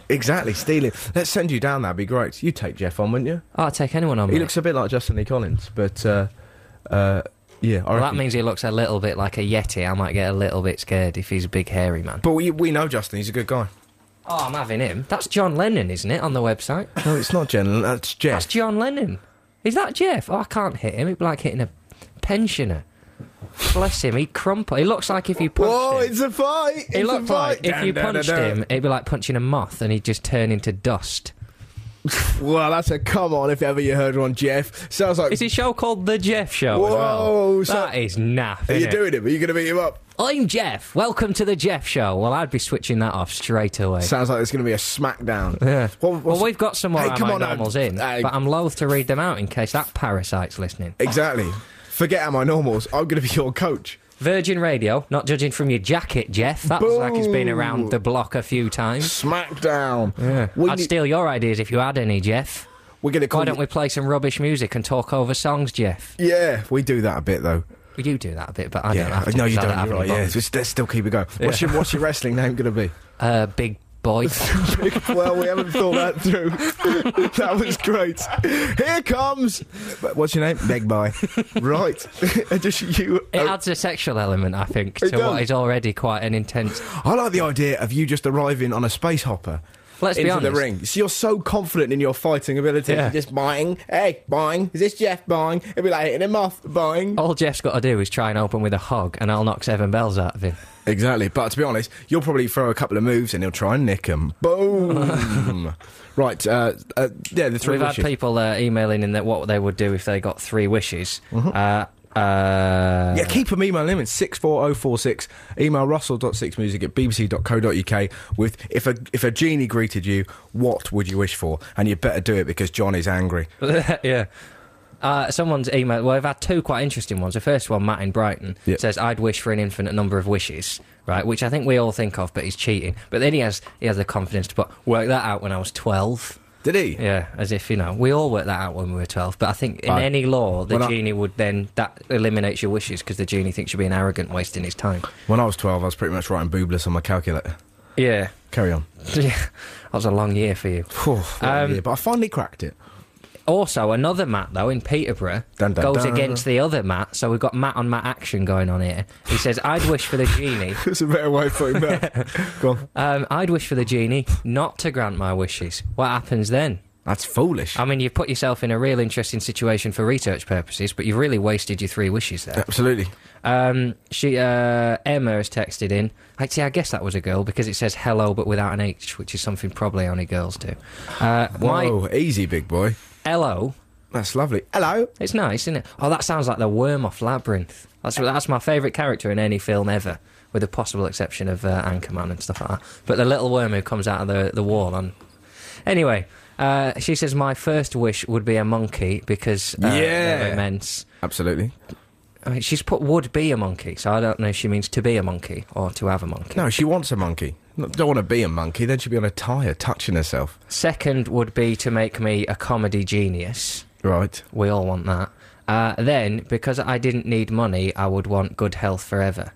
exactly, stealing. Let's send you down. That'd be great. You take Jeff on, wouldn't you?
Oh, I'll take anyone on.
He
mate.
looks a bit like Justin Lee Collins, but uh, uh, yeah. I
well, that
reckon-
means he looks a little bit like a yeti. I might get a little bit scared if he's a big hairy man.
but we, we know Justin. He's a good guy.
Oh, I'm having him. That's John Lennon, isn't it? On the website.
No, it's not Jen. That's Jeff.
That's John Lennon. Is that Jeff? Oh, I can't hit him. It'd be like hitting a pensioner. Bless him. He'd crumple. He looks like if you punched
Whoa,
him.
it's a fight! It's
He
a
looked
fight.
like if you
Dun, dun,
punched
dun, dun.
him, it'd be like punching a moth, and he'd just turn into dust.
Well, that's a come on if ever you heard one, Jeff. Sounds like.
It's a show called The Jeff Show. as well.
Whoa, so-
that is naff.
Are you
innit?
doing it? Are you going to beat him up?
I'm Jeff. Welcome to The Jeff Show. Well, I'd be switching that off straight away.
Sounds like there's going to be a smackdown.
Yeah.
What-
well,
what's-
we've got some more
Hey,
of
come
my
on, uh,
normals
Ad-
in,
Ad-
but I'm loath to read them out in case that parasite's listening.
Exactly. Forget am I normals. I'm going to be your coach.
Virgin Radio, not judging from your jacket, Jeff. That looks like it's been around the block a few times.
Smackdown. We
I'd
need-
steal your ideas if you had any, Jeff.
we're going to call.
Why don't
you-
we play some rubbish music and talk over songs, Jeff?
Yeah, we do that a bit though.
Well, you do that a bit, but I don't
Yeah,
have to.
no, you
'cause I
don't. You're
have
right.
any
Yeah,
buttons.
just, let's still keep it going. What's your What's your wrestling name going to be?
Uh, big boy.
well, we haven't thought that through. that was great. Here comes. What's your name? Big boy. right. just you.
It adds a sexual element, I think,
It
to
does.
what is already quite an intense.
I like the idea of you just arriving on a space hopper.
Let's be
into the
honest.
ring. So you're so confident in your fighting ability.
Yeah.
You're just buying. Hey, buying. Is this Jeff buying? It'd be like hitting him off. Buying.
All Jeff's got to do is try and open with a hug, and I'll knock seven bells out of him.
Exactly. But to be honest, you'll probably throw a couple of moves and he'll try and nick him. Boom. right. Uh, uh, yeah, the three
We've
wishes.
had people uh, emailing in that what they would do if they got three wishes.
Mm-hmm.
Uh, uh,
Yeah, keep them emailing in 64046. Email russell.6music at bbc.co.uk with if a, if a genie greeted you, what would you wish for? And you better do it because John is angry.
yeah. Uh, someone's email. Well, I've had two quite interesting ones. The first one, Matt in Brighton,
Yeah.
says, "I'd wish for an infinite number of wishes." Right, which I think we all think of, but he's cheating. But then he has he has the confidence to put work that out when I was twelve.
Did he?
Yeah, as if you know we all worked that out when we were twelve. But I think in
Right.
any law, the
When I-
genie would then that eliminates your wishes because the genie thinks you're being arrogant, wasting his time.
When I was 12, I was pretty much writing boobless on my calculator.
Yeah.
Carry on.
that was a long year for you.
Phew, what a
Um,
year, but I finally cracked it.
Also, another Matt, though, in Peterborough,
Dun, dun,
goes
dun.
against the other Matt, so we've got Matt on Matt action going on here. He says, I'd wish for the genie.
It's a better way of putting that. Go on.
Um, I'd wish for the genie not to grant my wishes. What happens then?
That's foolish.
I mean, you've put yourself in a real interesting situation for research purposes, but you've really wasted your three wishes there.
Absolutely.
Um, she uh, Emma has texted in. I see. I guess that was a girl because it says hello, but without an H, which is something probably only girls do. Uh, my
Whoa, easy, big boy.
hello,
That's lovely. Hello.
it's nice, isn't it? Oh, that sounds like the worm off Labyrinth. That's that's my favourite character in any film ever, with the possible exception of uh, Anchorman and stuff like that. But the little worm who comes out of the the wall. On anyway, uh, she says my first wish would be a monkey because uh, they're
Yeah.
immense.
Absolutely.
I mean, she's put would be a monkey, so I don't know if she means to be a monkey or to have a monkey.
No, she wants a monkey. No, Don't want to be a monkey. Then she'd be on a tyre touching herself.
Second would be to make me a comedy genius.
Right.
We all want that. Uh, then, because I didn't need money, I would want good health forever.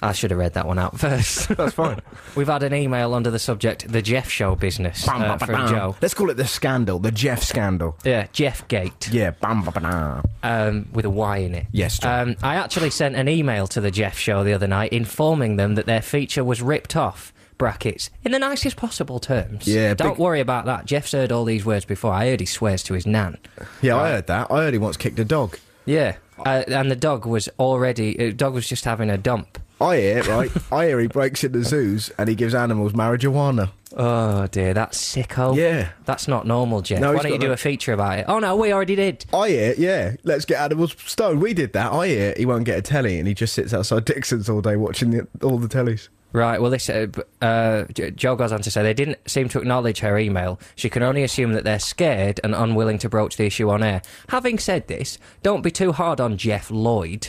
I should have read that one out first.
That's fine.
We've had an email under the subject "The Jeff Show Business"
Bam,
uh,
ba, ba,
from
dam.
Joe.
Let's call it the scandal, the Jeff scandal.
Yeah, Jeff Gate
Yeah, bam, ba, ba, dam.
um, with a Y in it.
Yes, Joe.
Um, I actually sent an email to the Jeff Show the other night informing them that their feature was ripped off. Brackets in the nicest possible terms.
Yeah,
don't
big-
worry about that. Jeff's heard all these words before. I heard he swears to his nan.
Yeah, I heard that. I heard he once kicked a dog.
Yeah, uh, and the dog was already. Uh, dog was just having a dump.
I hear, right? I hear he breaks into zoos and he gives animals marijuana.
Oh dear, that's sicko.
Yeah.
that's not normal, Jeff.
No,
Why
he's
don't you
got
do
that-
a feature about it? Oh no, we already did.
I hear, yeah, let's get animals stoned. We did that. I hear he won't get a telly and he just sits outside Dixon's all day watching the, all the tellies.
Right. Well, this uh, b- uh, J- Joe goes on to say they didn't seem to acknowledge her email. She can only assume that they're scared and unwilling to broach the issue on air. Having said this, don't be too hard on Jeff Lloyd.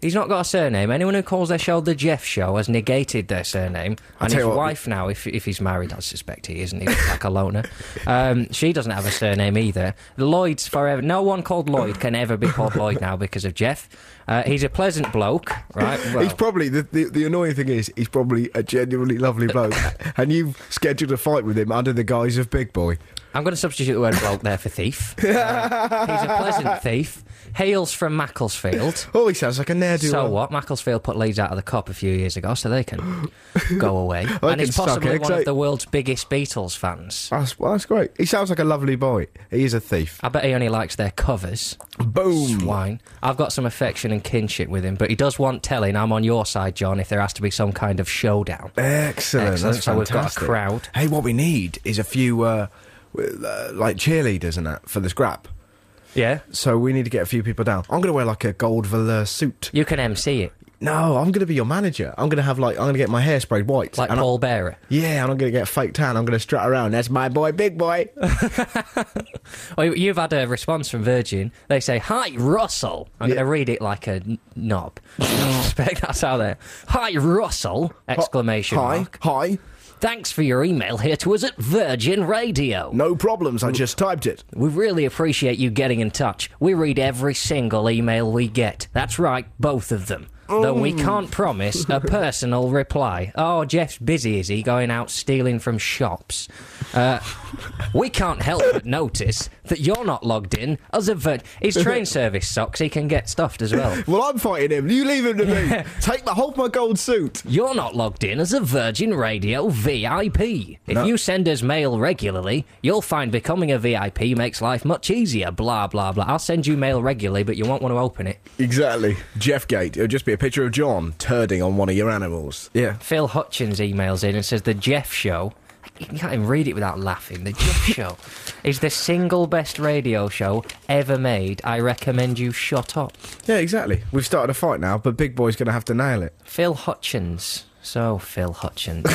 He's not got a surname. Anyone who calls their show the Jeff Show has negated their surname. And
tell
his
you what-
wife now, if if he's married, I suspect he isn't. He's like a loner. Um, she doesn't have a surname either. Lloyd's forever. No one called Lloyd can ever be called Lloyd now because of Jeff. Uh, he's a pleasant bloke, right?
he's
Well-
probably, the, the, the annoying thing is, he's probably a genuinely lovely bloke. and you've scheduled a fight with him under the guise of big boy.
I'm going to substitute the word bloke there for thief. Uh, he's a pleasant thief. Hails from Macclesfield.
Oh, he sounds like a ne'er do
So
well.
what? Macclesfield put Leeds out of the cup a few years ago, so they can go away.
I
and he's
can suck
possibly
eggs,
one of
eh?
the world's biggest Beatles fans.
That's, well, that's great. He sounds like a lovely boy. He is a thief.
I bet he only likes their covers.
Boom.
Swine. I've got some affection and kinship with him, but he does want telling. I'm on your side, John, if there has to be some kind of showdown.
Excellent.
Excellent.
That's
So we've got a
fantastic.
crowd.
Hey, what we need is a few, uh, w- uh, like cheerleaders and that for the scrap.
Yeah?
So we need to get a few people down. I'm going to wear like a gold velour suit.
You can MC it,
No, I'm going to be your manager. I'm going to have like I'm going to get my hair sprayed white.
like
and I-
Paul Bearer.
yeah, and I'm going to get fake tan. I'm going to strut around. That's my boy, big boy.
Oh, you- you've had a response from Virgin. They say, "Hi, Russell." I'm
Yeah.
going to read it like a n- knob. I suspect that's how they're. Hi, Russell! Exclamation
hi,
mark.
hi.
Thanks for your email here to us at Virgin Radio.
No problems. I just typed it.
We really appreciate you getting in touch. We read every single email we get. That's right, both of them. Though we can't promise a personal reply. Oh, Jeff's busy, is he? Going out stealing from shops. Uh, we can't help but notice that you're not logged in as a vir- His train service sucks. He can get stuffed as well.
Well, I'm fighting him. You leave him to me. Take the whole of my gold suit.
You're not logged in as a Virgin Radio VIP. If
No.
you send us mail regularly, you'll find becoming a VIP makes life much easier. Blah, blah, blah. I'll send you mail regularly, but you won't want to open it.
Exactly. Jeff Gate. It'll just be a picture of John turding on one of your animals. Yeah.
Phil Hutchins emails in and says The Jeff Show. You can't even read it without laughing. The Jeff Show is the single best radio show ever made. I recommend you shut up.
Yeah, exactly. We've started a fight now, but Big Boy's going to have to nail it.
Phil Hutchins. So, Phil Hutchins.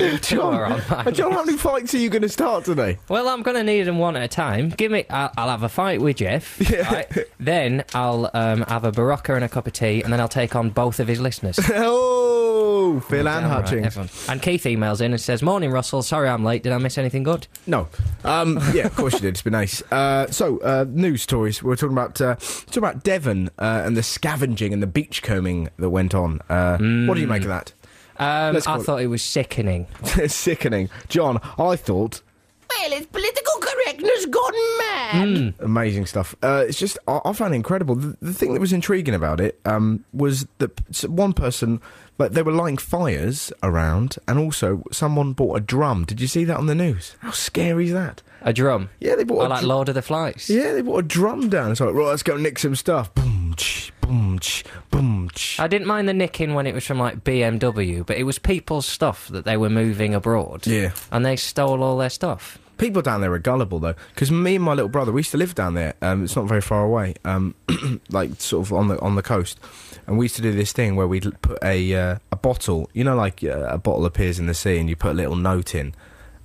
You two are on my
John, how many fights are you going to start today?
Well, I'm going to need them one at a time. Give me. I'll, I'll have a fight with Jeff. right? Then I'll um, have a barocca and a cup of tea, and then I'll take on both of his listeners.
Oh, Whoa, Phil and
Damn right,
Hutchings.
everyone. And Keith emails in and says, "Morning, Russell. Sorry I'm late. Did I miss anything good?"
No. Um, yeah, of course you did. It's been nice. Uh, so, uh, news stories. We We're talking about uh, talking about Devon uh, and the scavenging and the beachcombing that went on. Uh, What do you make of that?
Um,
Let's
I
call it-
thought it was sickening.
it's sickening. John, I thought
Well, it's political correctness gone mad.
amazing stuff. Uh, it's just I, I found it incredible. The, the thing that was intriguing about it um, was that p- s- one person like they were lighting fires around, and also someone bought a drum. Did you see that on the news? How scary is that?
A drum.
Yeah, they bought.
Or
a
like
dr-
Lord of the Flies.
yeah, they bought a drum down. It's like right, let's go nick some stuff. Boom, ch, boom, ch, boom, ch.
I didn't mind the nicking when it was from like BMW, but it was people's stuff that they were moving abroad.
Yeah.
And they stole all their stuff.
People down there are gullible though, because me and my little brother we used to live down there. Um, it's not very far away, um, like sort of on the on the coast, and we used to do this thing where we'd l- put a uh, a bottle, you know, like uh, a bottle appears in the sea, and you put a little note in,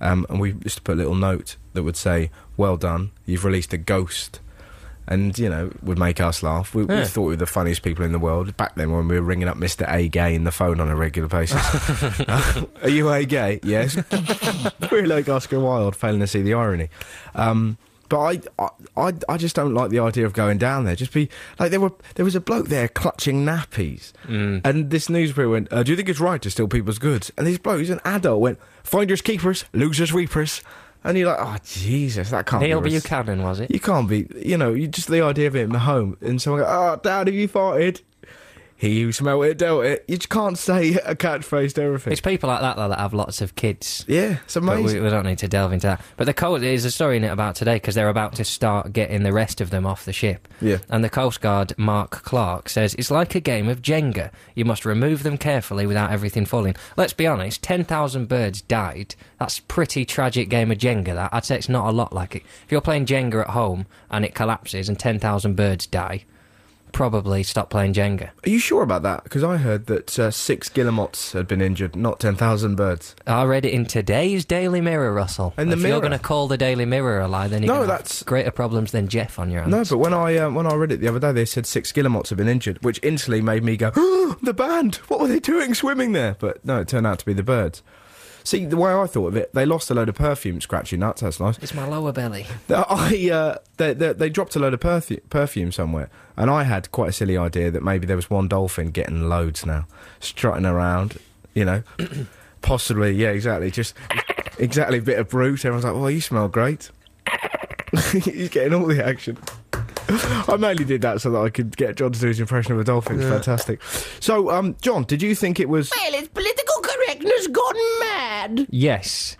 um, and we used to put a little note that would say, "Well done, you've released a ghost." And you know, would make us laugh. We, we
Yeah.
thought we were the funniest people in the world back then when we were ringing up Mister A Gay in the phone on a regular basis. Are you a gay? Yes. We're like Oscar Wilde, failing to see the irony. Um, but I, I, I- I just don't like the idea of going down there. Just be like there were there was a bloke there clutching nappies,
Mm.
and this newspaper went, uh, "Do you think it's right to steal people's goods?" And this bloke, who's an adult, went, "Finders keepers, losers reapers," and you're like, "Oh Jesus, that can't
Neil
be." res-
Buchanan, was it?
you can't be, you know, you just the idea of it in the home and someone go, oh, Dad, have you farted? He who smelt it dealt it. You just can't say a catchphrase to everything.
It's people like that though, that have lots of kids.
yeah, it's
But
amazing.
we, we don't need to delve into that. But the coast there's a story in it about today because they're about to start getting the rest of them off the ship.
Yeah.
And the Coast Guard Mark Clark says it's like a game of Jenga. You must remove them carefully without everything falling. Let's be honest, ten thousand birds died. That's a pretty tragic game of Jenga. That I'd say it's not a lot like it. If you're playing Jenga at home and it collapses and ten thousand birds die, probably stop playing Jenga.
Are you sure about that? Because I heard that uh, six guillemots had been injured, not 10,000 birds.
I read it in today's Daily Mirror, Russell.
And the
if
Mirror?
you're going to call the Daily Mirror a lie, then you're
No,
gonna have
that's-
greater problems than Jeff on your hands.
No, but when I um, when I read it the other day, they said six guillemots had been injured, which instantly made me go, "The band! What were they doing swimming there?" But no, it turned out to be the birds. See, the way I thought of it, they lost a load of perfume. Scratchy nuts, that's nice.
It's my lower belly.
I uh, they, they, they dropped a load of perfu- perfume somewhere, and I had quite a silly idea that maybe there was one dolphin getting loads now, strutting around, you know, possibly, yeah, exactly, just exactly a bit of brute. Everyone's like, "Well, you smell great." He's getting all the action. I mainly did that so that I could get John to do his impression of a dolphin. It's fantastic. So, um, John, did you think it was?
Well, it's political correctness gone mad.
Yes.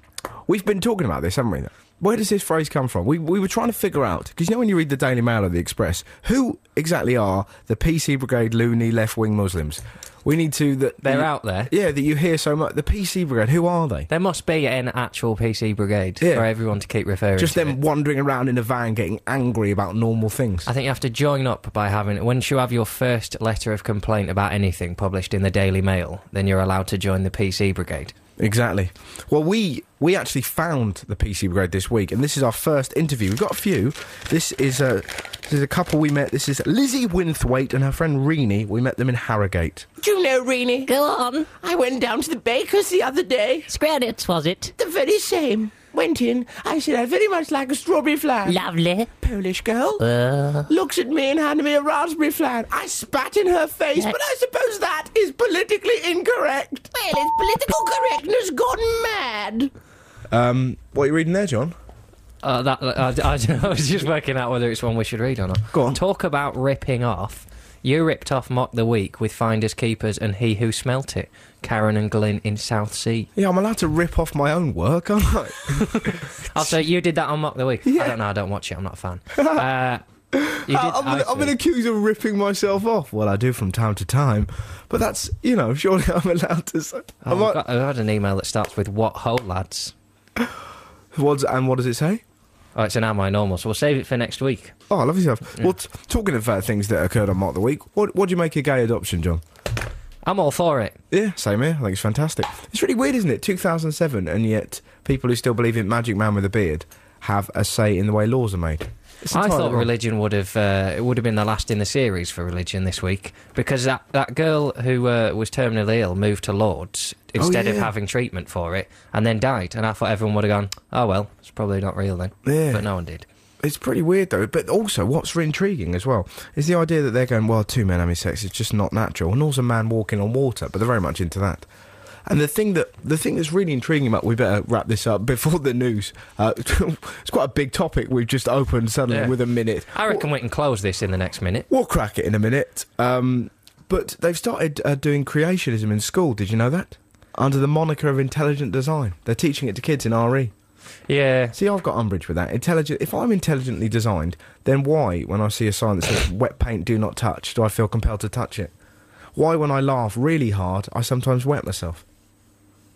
We've been talking about this, haven't we? Where does this phrase come from? We, we were trying to figure out, because you know when you read the Daily Mail or the Express, who exactly are the PC Brigade loony left wing Muslims? We need to. That
They're
you-
out there.
Yeah, that you hear so much. The PC Brigade, who are they?
There must be an actual PC brigade
Yeah.
for everyone to keep referring
Just
to.
them
it.
wandering around in a van getting angry about normal things.
I think you have to join up by having. Once you have your first letter of complaint about anything published in the Daily Mail, then you're allowed to join the PC brigade.
Exactly. Well, we we actually found the PC Brigade this week, and this is our first interview. We've got a few. This is a this is a couple we met. This is Lizzie Winthwaite and her friend Reenie. We met them in Harrogate.
Do you know, Reenie?
Go on.
I went down to the baker's the other day.
Scrownits, was it?
The very same. Went in. I said, I very much like a strawberry flan.
Lovely.
Polish girl
Uh.
looks at me and handed me a raspberry flan. I spat in her face, but I suppose that is politically incorrect. Well, it's political correctness gone mad.
Um, what are you reading there, John?
Uh, that I, I- I was just working out whether it's one we should read or not.
Go on.
Talk about ripping off. You ripped off Mock the Week with Finders Keepers and He Who Smelt It, Karen and Glyn in South Sea.
Yeah, I'm allowed to rip off my own work, aren't I?
Also, Oh, you did that on Mock the Week. I don't know, I don't watch it, I'm not a fan. Uh, you did,
I'm,
I
been, I've been
see.
accused of ripping myself off. Well, I do from time to time, but that's you know, surely I'm allowed to. Say,
Oh,
am I-
I've got- I've had an email that starts with "What ho, lads?"
what's, and what does it say?
Oh, it's an "Am I normal?" So we'll save it for next week.
Oh, I love yourself. Well, t- talking of uh, things that occurred on Mark the Week, what what do you make of gay adoption, John?
I'm all for it.
Yeah, same here. I think it's fantastic. It's really weird, isn't it? 2007, and yet people who still believe in Magic Man with a beard have a say in the way laws are made. It's
I
entirely
thought
wrong.
religion would have uh, it would have been the last in the series for religion this week because that, that girl who uh, was terminally ill moved to Lords instead of
Oh, yeah.
having treatment for it and then died and I thought everyone would have gone oh well it's probably not real then
Yeah.
but no one did
It's pretty weird though. But also, what's intriguing as well is the idea that they're going, well, two men having sex is just not natural, and also man walking on water. But they're very much into that. And the thing that the thing that's really intriguing about we better wrap this up before the news. Uh, it's quite a big topic we've just opened suddenly
Yeah.
with a minute.
I reckon we can close this in the next minute
We'll crack it in a minute. Um, but they've started uh, doing creationism in school. Did you know that? Under the moniker of intelligent design, they're teaching it to kids in E. RE.
yeah
See, I've got umbrage with that. Intelligent. If I'm intelligently designed, then why, when I see a sign that says "wet paint, do not touch," do I feel compelled to touch it? Why, when I laugh really hard, I sometimes wet myself?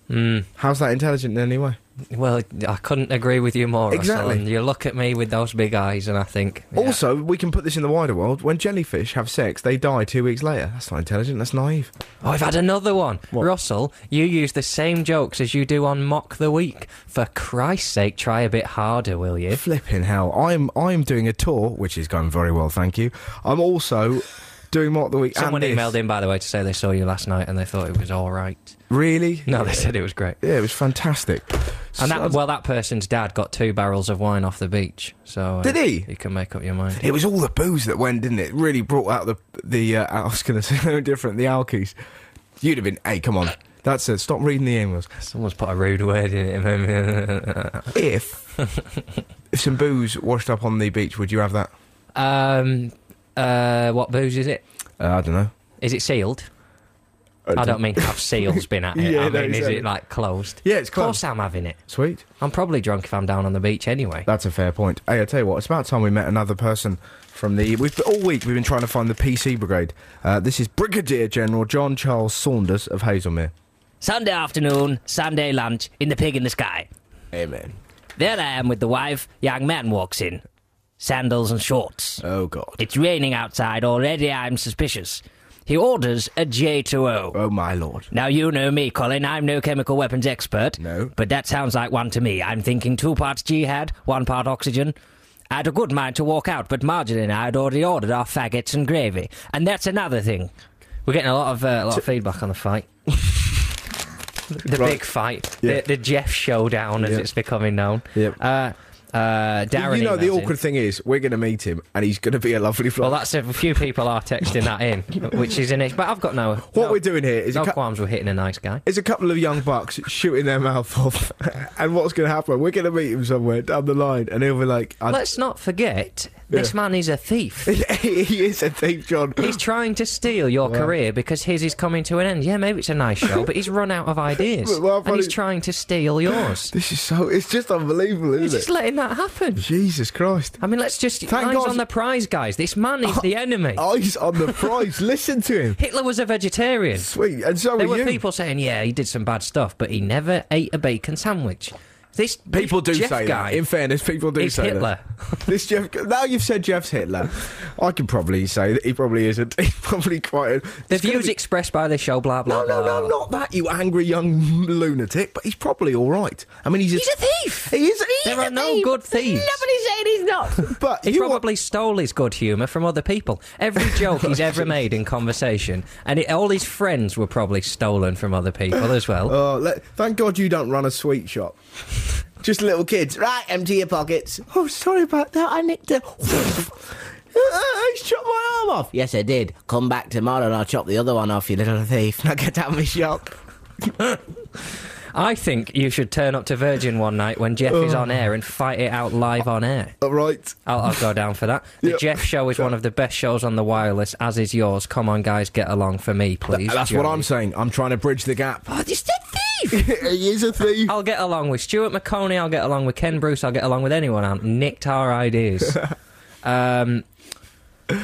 mm.
How's that intelligent in any way?
well I couldn't agree with you more Russell,
Exactly.
and you look at me with those big eyes and I think yeah.
Also, we can put this in the wider world. When jellyfish have sex, they die two weeks later. That's not intelligent. That's naive.
Oh, I've had another one.
What?
Russell, you use the same jokes as you do on Mock the Week. For Christ's sake, try a bit harder, will you?
Flipping hell! I'm I'm doing a tour, which is going very well, thank you. I'm also doing what the week. and
Someone
this.
emailed in, by the way, to say they saw you last night and they thought it was all right.
Really?
No, they said it was great.
Yeah, it was fantastic. So-
And that, well, that person's dad got two barrels of wine off the beach. So uh,
Did he?
You can make up your mind.
It was all the booze that went, didn't it? Really brought out the the. Uh, I was going to say no different. The alkies. You'd have been. Hey, come on. That's it. Stop reading the emails.
Someone's put a rude word in it.
If if some booze washed up on the beach, would you have that?
um, uh, what booze is it?
Uh, I don't know.
Is it sealed? I don't mean have seals been at it.
Yeah,
I
no,
mean,
exactly.
is it like closed?
Yeah, it's
Of course
close.
I'm having it.
Sweet.
I'm probably drunk if I'm down on the beach anyway.
That's a fair point. Hey, I tell you what, it's about time we met another person from the. We've all week we've been trying to find the PC Brigade. Uh, this is Brigadier General John Charles Saunders of Hazelmere.
Sunday afternoon, Sunday lunch in the pig in the sky.
Amen.
There I am with the wife. Young man walks in. Sandals and shorts.
Oh God.
It's raining outside. Already I'm suspicious. He orders a J2O.
Oh my Lord.
Now, you know me, Colin. I'm no chemical weapons expert.
No.
But that sounds like one to me. I'm thinking two parts jihad, one part oxygen. I'd a good mind to walk out, but Marjorie and I had already ordered our faggots and gravy. And that's another thing.
We're getting a lot of uh, a lot of feedback on the fight. the
Right.
big fight,
Yeah.
the, the Jeff showdown, as
Yeah.
it's becoming known.
Yep.
Uh, uh, Darren,
you know the
emails in.
awkward thing is we're going to meet him and he's going to be a lovely
Well,
bloke.
that's a few people are texting that in, which is an issue. But I've got no.
what
no,
we're doing here is
No
a cou-
qualms with hitting a nice guy.
is a couple of young bucks shooting their mouth off, and what's going to happen? We're going to meet him somewhere down the line, and he'll be like, I-
Let's not forget, this
Yeah.
man is a thief.
"He is a thief, John."
He's trying to steal your career because his is coming to an end. Yeah, maybe it's a nice show, but he's run out of ideas,
But what I
and
find
he's
it-
trying to steal yours.
This is so—it's just unbelievable,
He's
isn't
just
it?
letting that happen.
Jesus Christ!
I mean, let's just.
Thank
eyes
God- Oh.
on the prize, guys. This man is the enemy.
Eyes on the prize. Listen to him.
Hitler was a vegetarian.
Sweet, and so
There
are
were
you.
people saying, yeah, he did some bad stuff, but he never ate a bacon sandwich. This
People do
this Jeff
say
guy
that. In fairness, people do
is
say
Hitler.
that. This Jeff. Now you've said Jeff's Hitler, I can probably say that he probably isn't. He's probably quite. A,
The
it's gonna
views
be-
expressed by the show, blah blah
No, no,
blah.
no, not that, you angry young lunatic. But he's probably all right. I mean, he's a,
He's a thief.
He is.
There are no good thieves.
Nobody's saying he's not.
But
He
you
probably stole his good humour from other people. Every joke he's ever made in conversation, and it, all his friends were probably stolen from other people as well.
Are, oh, let, thank God you don't run a sweet shop. Just little kids.
right, empty your pockets.
Oh, sorry about that. I nicked a. Ah, I chopped my arm off.
Yes, I did. Come back tomorrow and I'll chop the other one off, you little thief. Now get out of my shop.
I think you should turn up to Virgin one night when Jeff is on air and fight it out live on air.
All right.
I'll, I'll go down for that. The
Yep.
Jeff Show is one of the best shows on the wireless, as is yours. Come on, guys, get along for me, please.
That's what I'm saying. I'm trying to bridge the gap.
Oh, this thief! Oh.
he is a thief.
I'll get along with Stuart McConey. I'll get along with Ken Bruce. I'll get along with anyone. I nicked our ideas. um,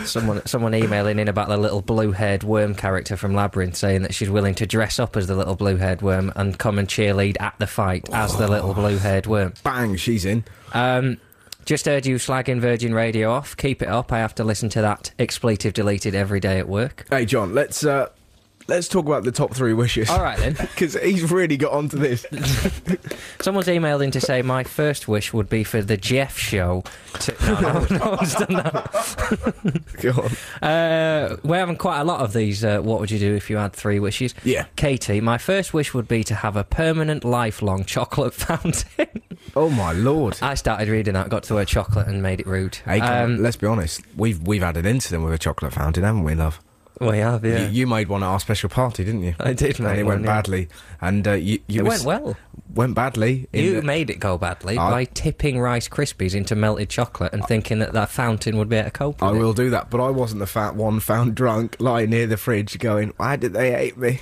someone, someone emailing in about the little blue-haired worm character from Labyrinth, saying that she's willing to dress up as the little blue-haired worm and come and cheerlead at the fight as the little blue-haired worm.
Bang, she's in.
Um, just heard you slagging Virgin Radio off. Keep it up. I have to listen to that expletive deleted every day at work.
Hey, John, let's. Uh, Let's talk about the top three wishes.
All right, then.
Because he's really got onto this.
Someone's emailed in to say my first wish would be for the Jeff Show. To, no, no, no one's done that.
Go on.
Uh, we're having quite a lot of these. Uh, what would you do if you had three wishes?
Yeah.
Katie, my first wish would be to have a permanent, lifelong chocolate fountain.
Oh my lord.
I started reading that, got to the word chocolate, and made it rude.
Hey, come
Um,
on, let's be honest. We've we've had an incident with a chocolate fountain, haven't we, love?
we have,
You-
yeah.
You, made one at our special party, didn't you?
I did
And
make
it
one,
went
yeah.
badly. And uh, you, you
it
was-
went well.
Went badly. in
You
the-
made it go badly
I-
by tipping Rice Krispies into melted chocolate and thinking that that fountain would be able to cope with
I
it.
will do that, but I wasn't the fat one found drunk lying near the fridge going, Why did they hate me?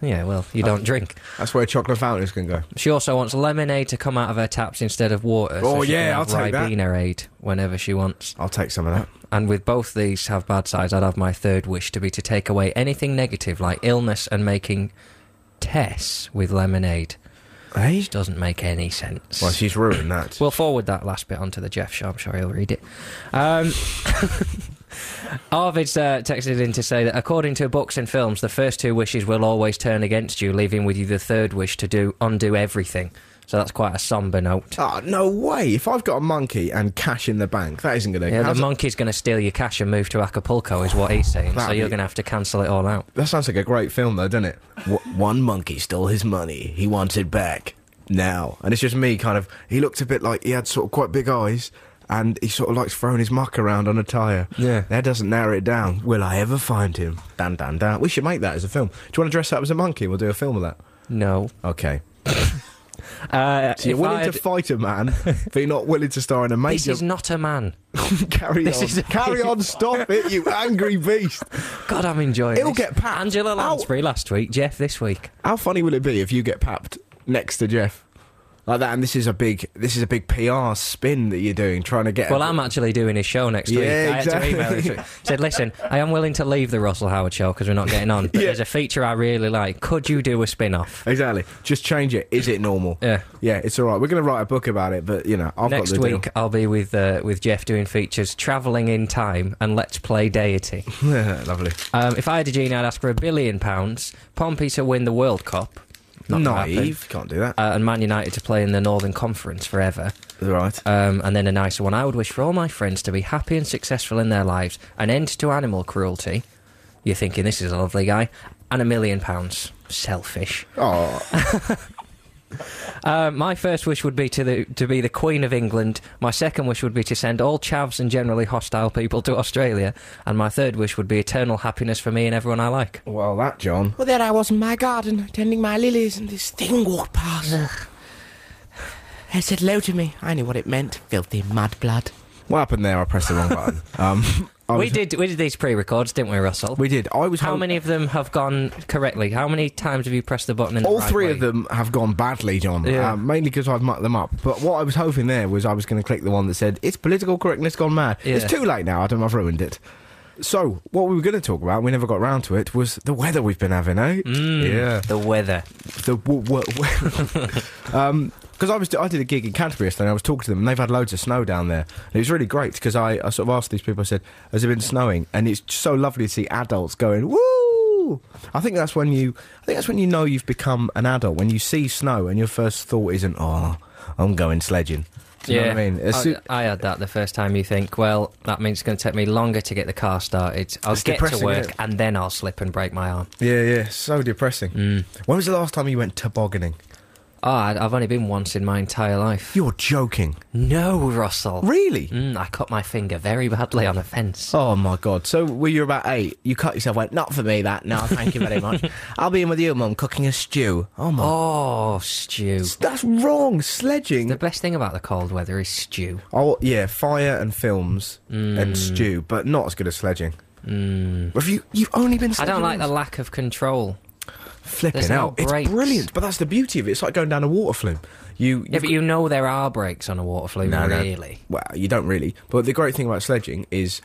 Yeah, well, you don't drink.
That's where chocolate fountains can go.
She also wants lemonade to come out of her taps instead of water.
Oh,
so she
yeah,
can have
I'll take that.
Ribena aid whenever she wants.
I'll take some of that.
And with both these have bad sides, I'd have my third wish to be to take away anything negative like illness and making Tess with lemonade.
Hey?
Which doesn't make any sense.
Well, she's ruined that.
We'll forward that last bit onto the Jeff show. I'm sure he'll read it. Um, Arvid's uh, texted in to say that according to books and films, the first two wishes will always turn against you, leaving with you the third wish to do undo everything. So that's quite a somber note.
Ah, no way. If I've got a monkey and cash in the bank, that isn't going to.
Yeah, the monkey's going to steal your cash and move to Acapulco, is what he's saying. so
That'd
you're
be-
going to have to cancel it all out.
that sounds like a great film, though, doesn't it?
W- one monkey stole his money. He wants it back.
Now, and it's just me, kind of. He looked a bit like he had sort of quite big eyes, and he sort of likes throwing his muck around on a tire.
Yeah.
that doesn't narrow it down. Will I ever find him? Dan, dan, dan. We should make that as a film. Do you want to dress up as a monkey? We'll do a film of that.
No.
Okay.
Uh,
So you're
if
willing
I'd-
to fight a man, but you're not willing to star in a
this
major.
is not a man.
carry
this
on,
is-
carry on. Stop it, you angry beast.
God, I'm enjoying
He'll
this.
get papped.
Angela
Ow.
Lansbury last week, Jeff this week.
How funny will it be if you get papped next to Jeff like that? And this is a big, this is a big PR spin that you're doing, trying to get.
Well, I'm actually doing his show next week.
Yeah,
I had to
exactly.
email this week. Said, listen, I am willing to leave the Russell Howard show because we're not getting on, but
Yeah.
there's a feature I really like. Could you do a spin off?
exactly. Just change it. Is it normal?
Yeah.
yeah. It's all right. We're going to write a book about it, but you know, I've
Next
got the
week, I'll be with uh, with Jeff doing features Travelling in Time and Let's Play Deity.
Deal. Lovely.
Um, if I had a genie, I'd ask for a billion pounds, Pompey to win the World Cup. Not gonna happen.
Naive. Can't do that.
Uh, and Man United to play in the Northern Conference forever.
right.
Um, and then a nicer one. I would wish for all my friends to be happy and successful in their lives, an end to animal cruelty. You're thinking this is a lovely guy, and a million pounds. Selfish.
oh,
Um, my first wish would be to the, to be the Queen of England. My second wish would be to send all chavs and generally hostile people to Australia. And my third wish would be eternal happiness for me and everyone I like.
well, that John.
Well, there I was in my garden, tending my lilies, and this thing walked past. It said hello to me. I knew what it meant. Filthy mudblood.
What happened there? I pressed the wrong button. Um, I
We
was-
did we did these pre-records, didn't we, Russell?
We did. I was.
How
hol-
many of them have gone correctly? How many times have you pressed the button? In
All
the right
three
way?
of them have gone badly, John.
Yeah.
Um, mainly because I've mucked them up. But what I was hoping there was I was going to click the one that said it's political correctness gone mad. It's
Yeah.
too late now, Adam. I've ruined it. So what we were going to talk about, we never got round to it, was the weather we've been having, eh? Yeah.
The weather.
The w- w- um. Because I was, I did a gig in Canterbury yesterday. and I was talking to them, and they've had loads of snow down there. And it was really great because I, I sort of asked these people. I said, "Has it been snowing?" And it's just so lovely to see adults going, "Woo!" I think that's when you, I think that's when you know you've become an adult. When you see snow, and your first thought isn't, "Oh, I'm going sledging." Do you know what I mean?
Oh,
As soo-
I, I had that the first time. You think, well, that means it's going to take me longer to get the car started. I'll
It's
get to
depressing,
work
isn't it?
and then I'll slip and break my arm.
yeah, yeah. So depressing. When was the last time you went tobogganing?
Oh, I, I've only been once in my entire life.
You're joking.
no, Russell.
Really?
Mm, I cut my finger very badly on a fence.
Oh my god. So were you about eight?
You cut yourself. Went not for me. That no, thank you very much. I'll be in with you, Mum, cooking a stew. Oh my.
Oh, stew.
That's wrong. Sledging.
The best thing about the cold weather is stew.
Oh yeah, fire and films
Mm.
and stew, but not as good as sledging. Have you? You've only been.
I
Sledging
don't like the
once?
lack of control.
flipping
there's no
out.
breaks.
It's brilliant, but that's the beauty of it. It's like going down a water flume. You,
Yeah, but you know there are breaks on a water flume,
No, no.
really.
uh, Well, you don't really. But the great thing about sledging is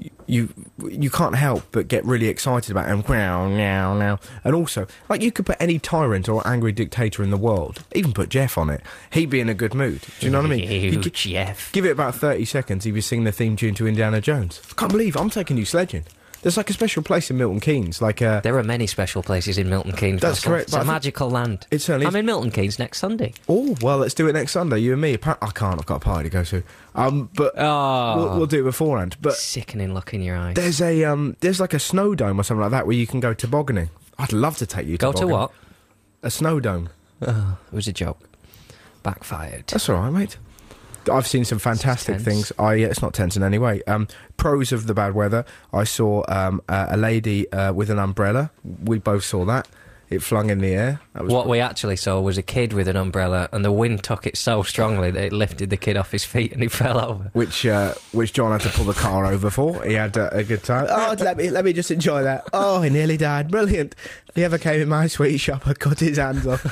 y- you you can't help but get really excited about it and wow now now and also like you could put any tyrant or angry dictator in the world even put jeff on it he'd be in a good mood do you know what i mean
Ew,
You could-
Jeff.
give it about 30 seconds he'd be singing the theme tune to indiana jones can't believe i'm taking you sledging There's like a special place in Milton Keynes, like uh,
There are many special places in Milton Keynes.
That's
Russell.
correct,
It's
but
a
I think-
magical land.
It certainly
I'm
is.
in Milton Keynes next Sunday.
oh well, let's do it next Sunday. You and me. Appa- I can't. I've got a party to go to. Um, but
Oh.
we'll, we'll do it beforehand. But
Sickening look in your eyes.
there's a um, there's like a snow dome or something like that where you can go tobogganing. I'd love to take you.
Go to
tobogganing.
what?
A snow dome.
Oh, it was a joke. Backfired.
That's all right, mate. I've seen some fantastic
tense.
things. I it's not tense in any way. Um, pros of the bad weather. I saw um, a, a lady uh, with an umbrella. We both saw that. It flung in the air. That was
What we actually saw was a kid with an umbrella, and the wind took it so strongly that it lifted the kid off his feet and he fell over.
which uh, which John had to pull the car over for. He had uh, a good time. Oh, let me let me just enjoy that. Oh, he nearly died. Brilliant. If he ever came in my sweet shop, I cut his hands off.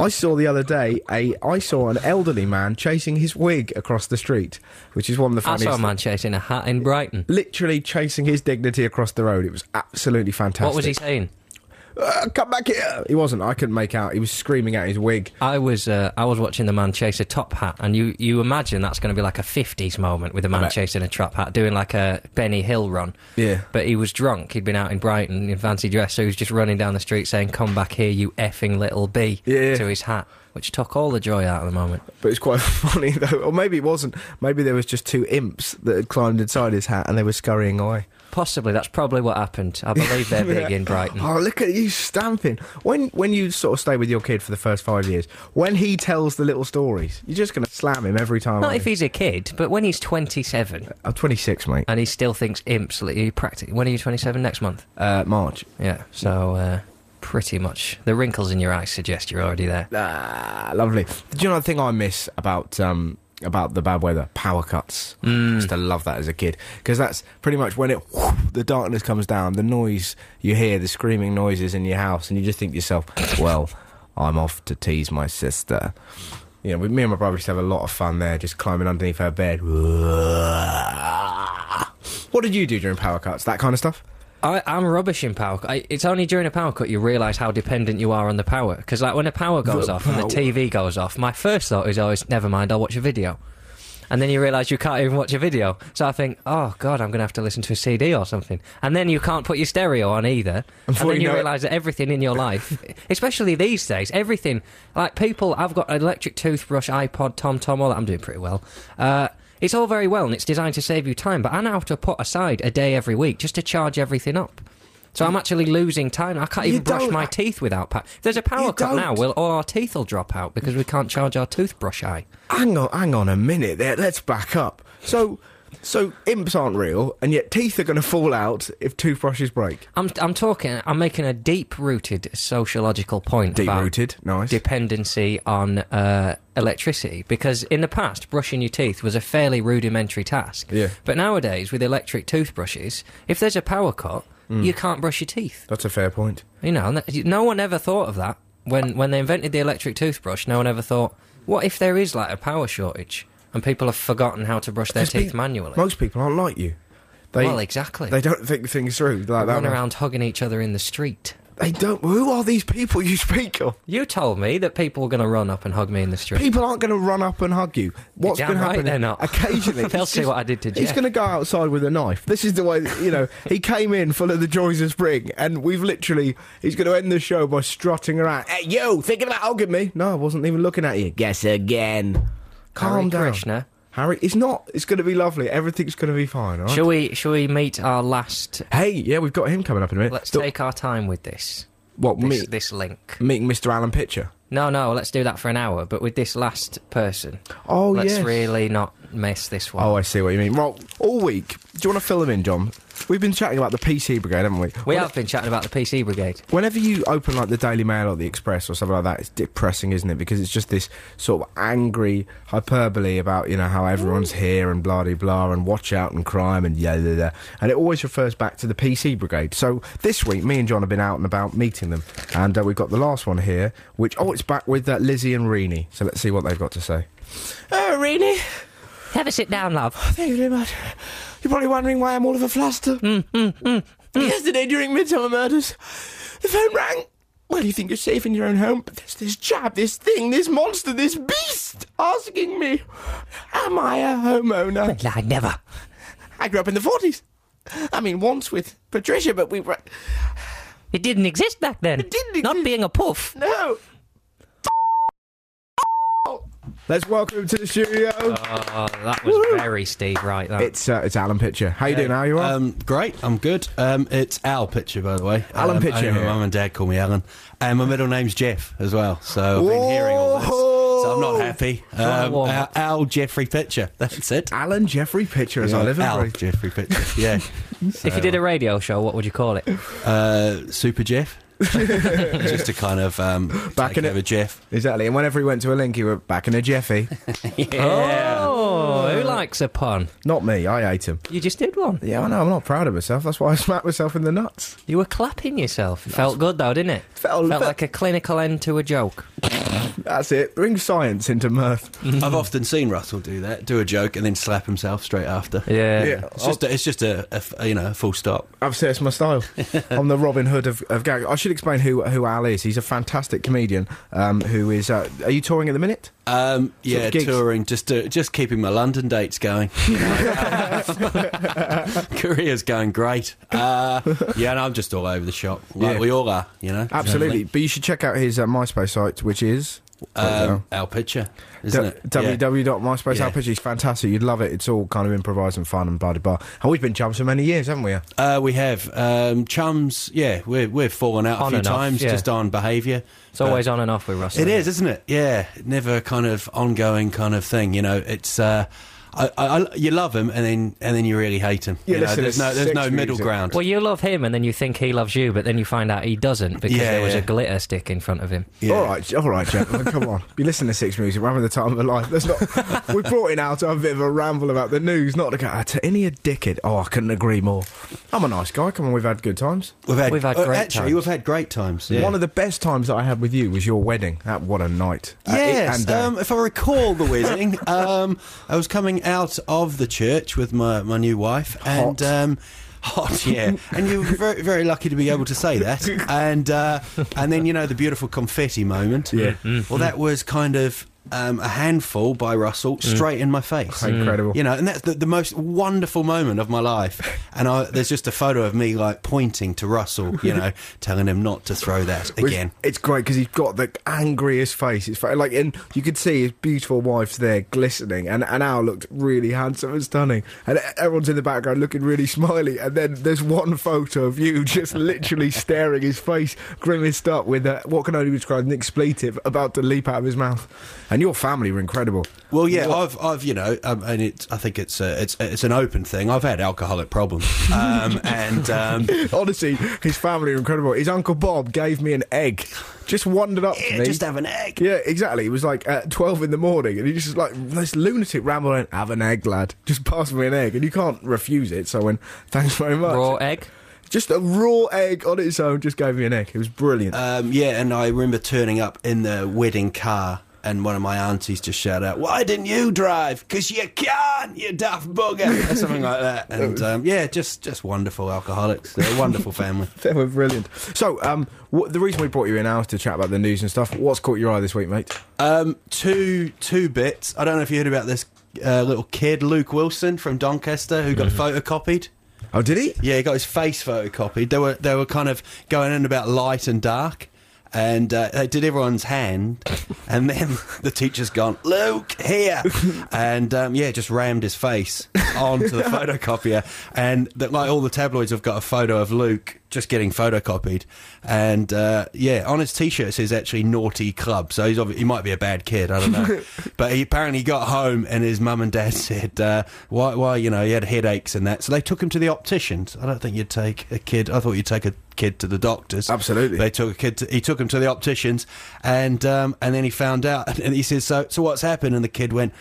I saw the other day a I saw an elderly man chasing his wig across the street, which is one of the
I
funniest.
saw a man chasing a hat in Brighton.
Literally chasing his dignity across the road. It was absolutely fantastic.
What was he saying?
Uh, come back here! He wasn't. I couldn't make out. He was screaming at his wig.
I was uh, I was watching the man chase a top hat, and you, you imagine that's going to be like a '50s moment with a man
bet.
chasing a top hat, doing like a Benny Hill run.
Yeah.
But he was drunk. He'd been out in Brighton in fancy dress, so he was just running down the street saying, "Come back here, you effing little b!"
Yeah.
to his hat, which took all the joy out of the moment.
But it's quite funny though. Or maybe it wasn't. Maybe there was just two imps that had climbed inside his hat and they were scurrying away.
Possibly that's probably what happened. I believe they're big in Brighton.
Oh, look at you stamping. When when you sort of stay with your kid for the first five years, when he tells the little stories, you're just going to slam him every time.
Not
aren't
if
you?
he's a kid, but when he's 27
I'm 26, mate.
and he still thinks imps, like, he practically. When are you 27? Next month.
Uh, March.
Yeah. So uh, pretty much, the wrinkles in your eyes suggest you're already there.
Ah, lovely. Do you know the thing I miss about um, about the bad weather? Power cuts. I used to love that as a kid because that's pretty much when it the darkness comes down, the noise you hear, the screaming noises in your house, and you just think to yourself, "Well, I'm off to tease my sister." You know, with me and my brother used to have a lot of fun there, just climbing underneath her bed. What did you do during power cuts? That kind of stuff.
I, I'm rubbish in power. I, it's only during a power cut you realise how dependent you are on the power. Because like when a power goes off and the TV goes off, my first thought is always, never mind, I'll watch a video. And then you realise you can't even watch a video. So I think, oh god, I'm going to have to listen to a CD or something. And then you can't put your stereo on either. And
before
then
you
you
know it-
realise that everything in your life, especially these days, everything like people, I've got an electric toothbrush, iPod, TomTom, all that. I'm doing pretty well. Uh, it's all very well, and it's designed to save you time. But I now have to put aside a day every week just to charge everything up. So I'm actually losing time. I can't
You
even brush
don't-
my teeth without. Pa- if there's a power
You
cut now,
don't.
well, all our teeth will drop out because we can't charge our toothbrush eye.
hang on, hang on a minute there. Let's back up. So, so imps aren't real, and yet teeth are going to fall out if toothbrushes break.
I'm, I'm talking. I'm making a deep-rooted sociological point. about
Deep-rooted, nice.
Dependency on uh, electricity, because in the past, brushing your teeth was a fairly rudimentary task.
Yeah.
But nowadays, with electric toothbrushes, if there's a power cut,
Mm.
you can't brush your teeth.
That's a fair point.
You know, and that- no one ever thought of that when when they invented the electric toothbrush. No one ever thought, what if there is like a power shortage and people have forgotten how to brush their teeth manually?
Most people aren't like you. They,
Well, exactly.
They don't think things through like that.
Run around hugging each other in the street.
They don't. Who are these people you speak of?
You told me that people were going to run up and hug me in the street.
People aren't going to run up and hug you. What's
You're
been
damn right
happening?
they're not.
Occasionally,
They'll
he's
see
just-
what I did to
He's
Jeff.
going to go outside with a knife. This is the way you know. he came in full of the joys of spring, and we've literally. He's going to end the show by strutting around. Hey, you thinking about hugging me? No, I wasn't even looking at you. Guess again. Calm
Hare
down,
Krishna.
Harry. It's not. It's going to be lovely. Everything's going to be fine. All right?
Shall we? Shall we meet our last?
Hey, yeah, we've got him coming up in a minute.
Let's
The-
take our time with this.
what
This,
meet,
this link.
meeting Mr. Alan Pitcher.
No, no. Let's do that for an hour. But with this last person,
Oh
let's
yes.
really not miss this one.
Oh, I see what you mean. Well, all week. Do you want to fill them in, John? We've been chatting about the PC Brigade, haven't we?
we have been chatting about the PC Brigade.
Whenever you open like the Daily Mail or the Express or something like that, it's depressing, isn't it? Because it's just this sort of angry hyperbole about you know how everyone's here and blah de blah and watch out and crime and yeah yeah yeah, and it always refers back to the PC Brigade. So this week, me and John have been out and about meeting them, and uh, we've got the last one here, which oh, it's back with uh, Lizzie and Reenie. So let's see what they've got to say.
Oh, Renee,
Have a sit down, love.
Thank you very much. You're probably wondering why I'm all of a fluster. Yesterday, during Midsummer Murders, the phone rang. Well, you think you're safe in your own home, but there's this chap, this thing, this monster, this beast asking me, Am I a homeowner?
I never.
I grew up in the 40s. I mean, once with Patricia, but we were.
It didn't exist back then. Oh, It
didn't
Not
exist.
being a puff.
No!
Let's welcome to the studio.
Uh,
Oh, that was very Steve right. That.
it's uh, it's Alan Pitcher. How you doing? How you are?
Um, great, I'm good. Um, it's Al Pitcher, by the way.
Alan
um,
Pitcher
only My
here.
mum and dad call me Alan, and my middle name's Jeff as well. So I've been hearing all this, so I'm not happy. Um,
Whoa.
Al, Al Jeffrey Pitcher, that's it.
Alan Jeffrey Pitcher is our living
Al
proof.
Jeffrey Pitcher, yeah.
if you did a radio show, what would you call it?
Uh, Super Jeff, just to kind of um,
Back
take
in it.
over Jeff.
Exactly. And whenever he went to a link, he went back in a Jeffy.
Oh, who likes a pun?
not me. I ate him.
You just did one.
Yeah, I know. I'm not proud of myself. That's why I smacked myself in the nuts.
You were clapping yourself. It felt good though, didn't it?
Felt-
felt
felt-
like a clinical end to a joke.
That's it. Bring science into mirth.
I've often seen Russell do that, do a joke and then slap himself straight after.
Yeah.
Yeah.
It's just, a, it's just a, a f- a, you know, a full stop.
I've said it's my style. I'm the Robin Hood of, of gag. I should explain who who Al is. He's a fantastic comedian um, who is. Uh, are you touring at the minute?
Um, yeah,
gigs.
touring, just to, just keeping my London dates going. you know. Career's going great. Uh, yeah, and I'm just all over the shop, like
Yeah.
we all are. You know,
Absolutely. But you should check out his uh, MySpace site, which is.
Um, our picture, isn't
D-
it? Yeah.
www.myspace.com.
Yeah.
It's fantastic. You'd love it. It's all kind of improvised and fun and blah blah blah. And we've been chums for many years, haven't we?
Uh, we have um, chums. Yeah, we're we're fallen out
On
a few
and off,
times
yeah.
just on behaviour.
It's always on and off with Russell.
It is, isn't it? Yeah, never a kind of ongoing kind of thing. You know, it's uh, I, I, I- you love him and then and then you really hate him.
Yeah,
you know,
listen,
there's no
it's
there's
sex
no middle
music.
ground.
Well, you love him, and then you think he loves you, but then you find out he doesn't because
Yeah,
there was
yeah.
a glitter stick in front of him.
Yeah.
All right, all right, gentlemen, come on. You listen to Six Music, we're having the time of our life. Let's not. we brought in out to have a bit of a ramble about the news, not to go, "Ah, to any a dickhead. Oh, I couldn't agree more. I'm a nice guy. Come on, we've had good times.
We've had,
We've had
uh,
great
actually,
times.
We've had great times. Yeah.
One of the best times that I had with you was your wedding. That what a night. Uh, it-
Yes,
and day.
um, if I recall the wedding, um, I was coming out of the church with my, my new wife, and
Hot.
um, hot, yeah. and you were very very lucky to be able to say that, and uh, and then you know the beautiful confetti moment. Mm-hmm.
Yeah.
Well, that was kind of um, a handful by Russell straight in my face.
Mm. incredible.
You know, and that's the, the most wonderful moment of my life. And I, there's just a photo of me like pointing to Russell, you know, telling him not to throw that
Which-
again.
It's great because he's got the angriest face. It's fa- like, and you could see his beautiful wife's there glistening, and and Al looked really handsome and stunning, and e-, everyone's in the background looking really smiley, and then there's one photo of you just literally staring his face, grimaced up with a, what can only be described as an expletive about to leap out of his mouth, and your family were incredible.
Well, yeah, I've, I've, you know, um, and it's, I think it's, a, it's, it's an open thing. I've had alcoholic problems, um, and um,
Honestly, his family were incredible. His uncle Bob gave me an egg, just wandered up to
yeah,
me.
just have an egg.
Yeah, exactly. It was like at 12 in the morning, and he just like this lunatic rambling, have an egg, lad. Just pass me an egg. And you can't refuse it. So I went, thanks very much.
Raw egg.
Just a raw egg on its own just gave me an egg. It was brilliant.
Um, yeah, and I remember turning up in the wedding car, and one of my aunties just shouted out, "Why didn't you drive? Because you can't, you daft bugger," or something like that. And um, yeah, just, just wonderful alcoholics. They're a wonderful family.
they were brilliant. So, um, wh- the reason we brought you in now is to chat about the news and stuff. What's caught your eye this week, mate?
Um, two two bits. I don't know if you heard about this uh, little kid, Luke Wilson from Doncaster, who got photocopied.
Oh, did he?
Yeah, he got his face photocopied. They were they were kind of going in about light and dark, and uh, they did everyone's hand, and then the teacher's gone, Luke here, and um, yeah, just rammed his face onto the photocopier, and that like all the tabloids have got a photo of Luke just getting photocopied, and uh, yeah, on his t-shirt it says actually naughty club, so he's obvi- he might be a bad kid, I don't know, but he apparently got home and his mum and dad said uh, why why you know he had headaches and that, so they took him to the opticians. I don't think you'd take a kid. I thought you'd take a kid to the doctors.
Absolutely.
They took a kid. To, he took him to the opticians, and um, and then he found out, and he says, "So, so what's happened?" And the kid went.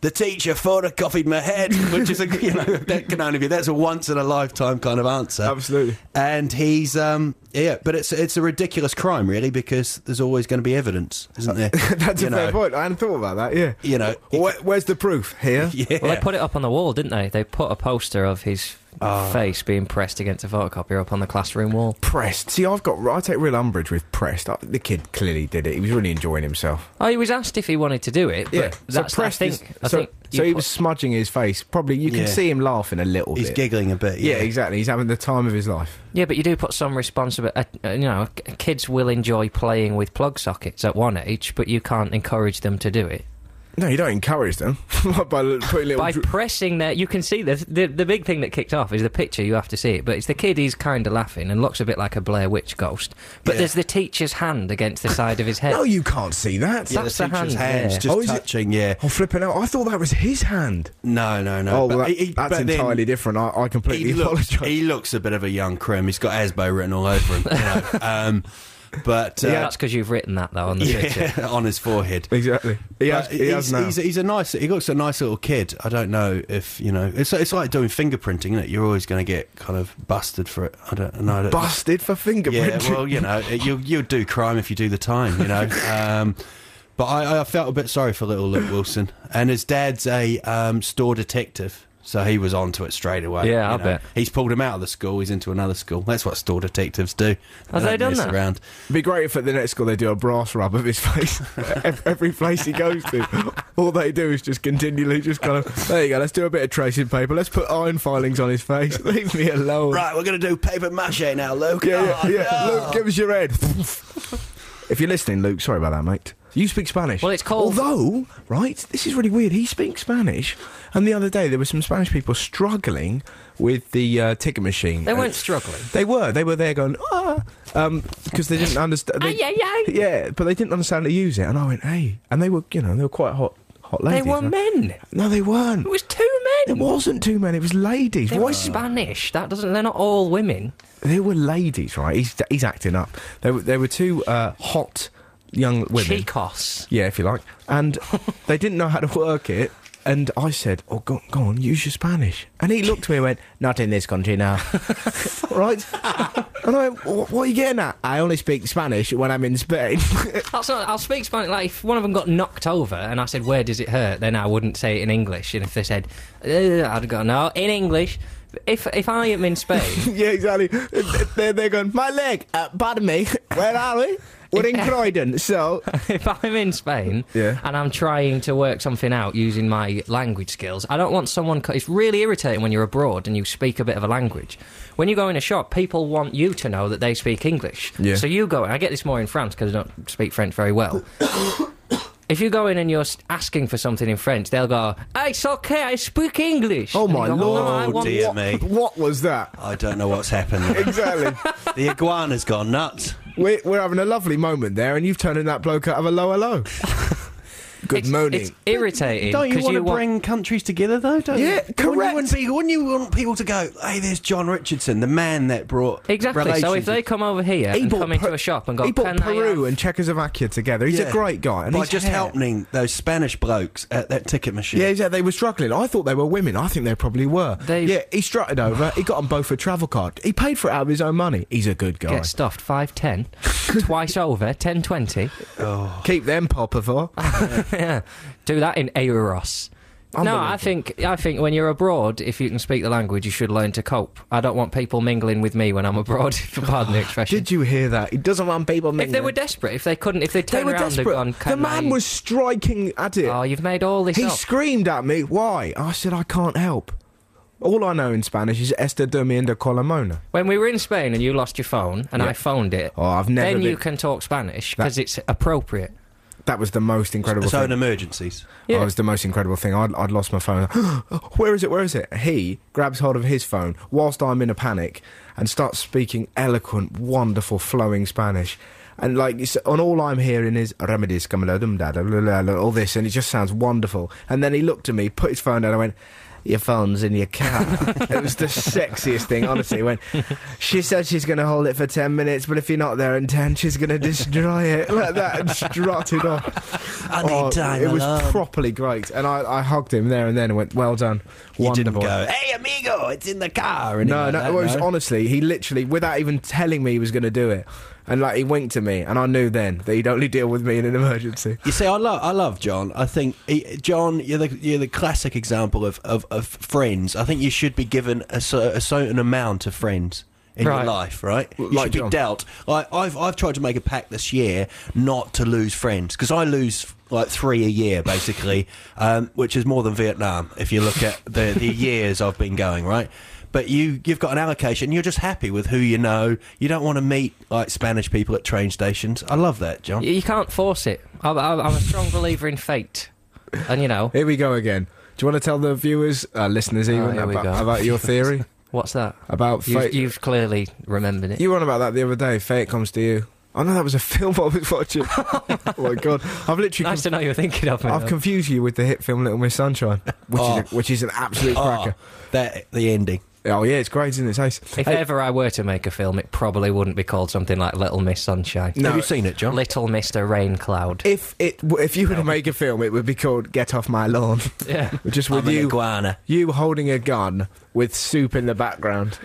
The teacher photocopied my head, which is a you know that can only be that's a once in a lifetime kind of answer.
Absolutely.
And he's um yeah, but it's it's a ridiculous crime really because there's always going to be evidence, isn't there?
That's
you
a fair
know,
point. I hadn't thought about that, yeah.
You know,
Wh- where's the proof? Here?
Yeah.
Well, they put it up on the wall, didn't they? They put a poster of his
Ah.
face being pressed against a photocopier up on the classroom wall.
Pressed. See, I've got. I take real umbrage with pressed. I, the kid clearly did it. He was really enjoying himself.
Oh, he was asked if he wanted to do it. But
Yeah.
that's,
so pressed.
I
is-
think. I
so,
think you
so he
put-
was smudging his face. Probably you can
Yeah.
see him laughing a little
He's
bit.
giggling a bit.
Yeah,
Yeah,
exactly. He's having the time of his life.
Yeah, but you do put some responsibility. Uh, you know, k- kids will enjoy playing with plug sockets at one age, but you can't encourage them to do it
No, you don't encourage them by li- putting little.
by
dr-
pressing their. You can see the, the the big thing that kicked off is the picture. You have to see it, but it's the kid. He's kind of laughing and looks a bit like a Blair Witch ghost. But
Yeah.
there's the teacher's hand against the side of his head.
no, you can't see that.
Yeah, the
That's the
teacher's
hand,
hands
yeah.
just
Oh, is it-
touching. Yeah,
I'm flipping out. I thought that was his hand.
no, no, no.
oh, well,
But
that-
he-
that's
but then
entirely different. I, I completely
He looks,
apologise.
he looks a bit of a young crim. He's got Asbo written all over him. you know. um, but uh,
yeah, that's because you've written that though on the picture.
yeah, on his forehead.
Exactly. He
But
has, he has
he's,
now.
he's, he's a nice. He looks a nice little kid. I don't know if you know. It's it's like doing fingerprinting, isn't it? You're always going to get kind of busted for it. I don't know. I don't-
busted for
Yeah,
fingerprinting.
well, you know, you you do crime if you do the time, you know. Um, but I, I felt a bit sorry for little Luke Wilson, and his dad's a um, store detective, so he was onto it straight away.
Yeah,
you
I bet.
he's pulled him out of the school. He's into another school. That's what store detectives do.
Have they
don't
done
mess
that?
Around.
It'd be great if at the next school they do a brass rub of his face. Ev- Every place he goes to, all they do is just continually just kind of, there you go, let's do a bit of tracing paper, let's put iron filings on his face, leave me alone.
Right, we're going to do paper mache now, Luke.
Yeah,
Oh,
yeah, yeah.
no.
Luke, give us your head. if you're listening, Luke, sorry about that, mate. You speak Spanish.
Well, it's called-
Although, right, this is really weird. He speaks Spanish, and the other day there were some Spanish people struggling with the uh, ticket machine.
They
Uh,
weren't struggling.
They were. They were there going, ah, because they didn't understand. They,
Ay, ay, ay.
Yeah, but they didn't understand how to use it. And I went, hey. And they were, you know, they were quite hot, hot
They
ladies.
were
And I-
men.
No, they weren't.
It was two
It
men.
wasn't two men. It was ladies.
They
Why
were Spanish. That doesn't. They're not all women.
They were ladies, right? He's, he's acting up. There were, there were two uh, hot young women.
Chicos.
Yeah, if you like. And they didn't know how to work it. And I said, Oh, go, go on, use your Spanish. And he looked at me and went, Not in this country now. right? And I went, "Wh- What are you getting at? I only speak Spanish when I'm in Spain.
That's not, I'll speak Spanish. Like if one of them got knocked over and I said, "Where does it hurt?" Then I wouldn't say it in English. And if they said, "Uh," "I'd go no in English," if if I am in Spain,
yeah, exactly. They're, they're going, My leg, uh, pardon me, where are we? We're in Croydon, so.
if I'm in Spain,
Yeah.
and I'm trying to work something out using my language skills, I don't want someone. Co- it's really irritating when you're abroad and you speak a bit of a language. When you go in a shop, people want you to know that they speak English.
Yeah.
So you go. I get this more in France because I don't speak French very well. If you go in and you're s- asking for something in French, they'll go, "It's okay, I speak English."
Oh,
And you
my
go, "No,
lord.
I want-
dear me.
What was that?
I don't know what's happened.
Exactly.
the iguana's gone nuts.
We're, we're having a lovely moment there, and you've turned in that bloke out of a lower low. Good
it's,
morning.
It's irritating.
Don't you
'cause
want to
want-
bring countries together, though? Don't
Yeah,
you? Wouldn't
correct.
you, want people, wouldn't you want people to go, hey, there's John Richardson, the man that brought
Exactly. So if
relations
they come over here
He
and
bought
come into
Per-
a shop and go,
he bought
"Can I
Peru
have-"
and Czechoslovakia together. He's
Yeah.
a great guy, and
by
he's
just helping those Spanish blokes at that ticket machine.
Yeah, yeah, they were struggling. I thought they were women. I think they probably were.
They-
Yeah, he strutted over. He got them both a travel card. He paid for it out of his own money. He's a good guy.
get stuffed 510 twice over 1020
Keep them, Papa. For
yeah do that in euros no i
Unbelievable.
think i think when you're abroad if you can speak the language you should learn to cope i don't want people mingling with me when i'm abroad if you pardon the expression
Did you hear that? He doesn't want people.
if they were desperate if they couldn't if they
they
turned
were
around
desperate.
and gone
the
Can
man
I-"
was striking at it.
oh you've made all this
He
up
screamed at me, why? I said, I can't help. All I know in Spanish is Esta Durmiendo con la Mona.
when we were in spain and you lost your phone and
Yeah.
i phoned it
Oh, I've never
then
been-
you can talk spanish because it's appropriate
That was the most incredible
So
thing.
in
Oh,
emergencies.
That
Yeah.
was the most incredible thing. I'd, I'd lost my phone. Where is it? Where is it? He grabs hold of his phone whilst I'm in a panic and starts speaking eloquent, wonderful, flowing Spanish. And like, it's, and all I'm hearing is remedies, come la dum da da la la la," all this, and it just sounds wonderful. And then he looked at me, put his phone down, and went, "Your phone's in your car." it was the sexiest thing, honestly. When she said she's going to hold it for ten minutes, but if you're not there in ten, she's going to destroy it like that, and strutted off.
I need time
Oh, It was
alone.
properly great, and I, I hugged him there and then and went, "Well done,
You
wonderful."
didn't go, hey, amigo, it's in the car. and
No,
like
no,
that,
it was
no?
honestly, he literally, without even telling me, he was going to do it, and like he winked at me, and I knew then that he'd only deal with me in an emergency.
You see, I love, I love John. I think he, John, you're the, you're the classic example of, of of friends. I think you should be given a, cer- a certain amount of friends in
Right.
your life, right? You
like
should be
John.
dealt. I, I've I've tried to make a pact this year not to lose friends because I lose like three a year basically, um, which is more than Vietnam if you look at the the years I've been going, right? But you you've got an allocation. You're just happy with who you know. You don't want to meet like Spanish people at train stations. I love that, John.
You, you can't force it. I'm, I'm, I'm a strong believer in fate, and you know
Here we go again. Do you want to tell the viewers, uh, listeners,
Oh,
even
here we
about,
go.
about your theory
what's that?
about
You've,
fate? You,
you've clearly remembered it.
were on about that the other day. Fate comes to you. Oh no, that was a film I was watching. oh my god, I've literally.
nice to know you were thinking of me.
I've
though.
confused you with the hit film Little Miss Sunshine, which is a, which is an absolute
Oh,
cracker.
that the ending.
Oh yeah, it's great, isn't it? It's Uh, ace.
if ever I were to make a film, it probably wouldn't be called something like Little Miss Sunshine,
No.
Have you seen it, John?
Little Mister Rain Cloud.
If it w- if you were to make a film, it would be called Get Off My Lawn.
Yeah.
Just with
I'm an
you
iguana.
you holding a gun with soup in the background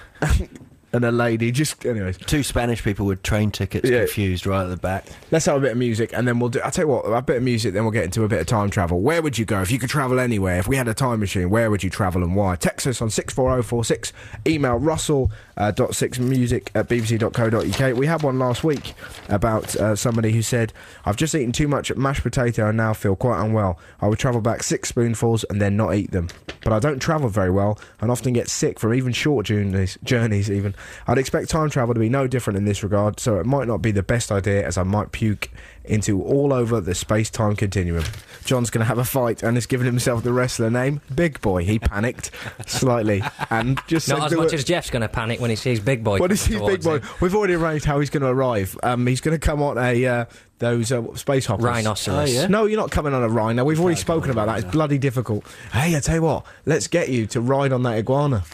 and a lady. Just anyways,
Two Spanish people with train tickets
Yeah.
confused right at the back.
let's have a bit of music and then we'll do. I tell you what, a bit of music, then we'll get into a bit of time travel. Where would you go if you could travel anywhere? If we had a time machine, where would you travel and why? Text us on six four zero four six. Email Russell uh, dot six music at bbc.co.uk. We had one last week about uh, somebody who said, "I've just eaten too much mashed potato and now feel quite unwell. I would travel back six spoonfuls and then not eat them, but I don't travel very well and often get sick from even short journeys. Journeys even. I'd expect time travel to be no different in this regard, so it might not be the best idea as I might puke into all over the space-time continuum. John's going to have a fight and has given himself the wrestler name Big Boy. He panicked slightly and just said
Not as
the
much
word-
as Jeff's going to panic when he sees Big Boy.
what
coming
is he, big
towards
boy?
eh? him.
We've already arranged how he's going to arrive. Um, he's going to come on a uh, those uh, space hoppers.
Rhinoceros.
Oh, yeah.
No, you're not coming on a rhino. We've already spoken about that. It's bloody difficult. Hey, I tell you what. Let's get you to ride on that iguana.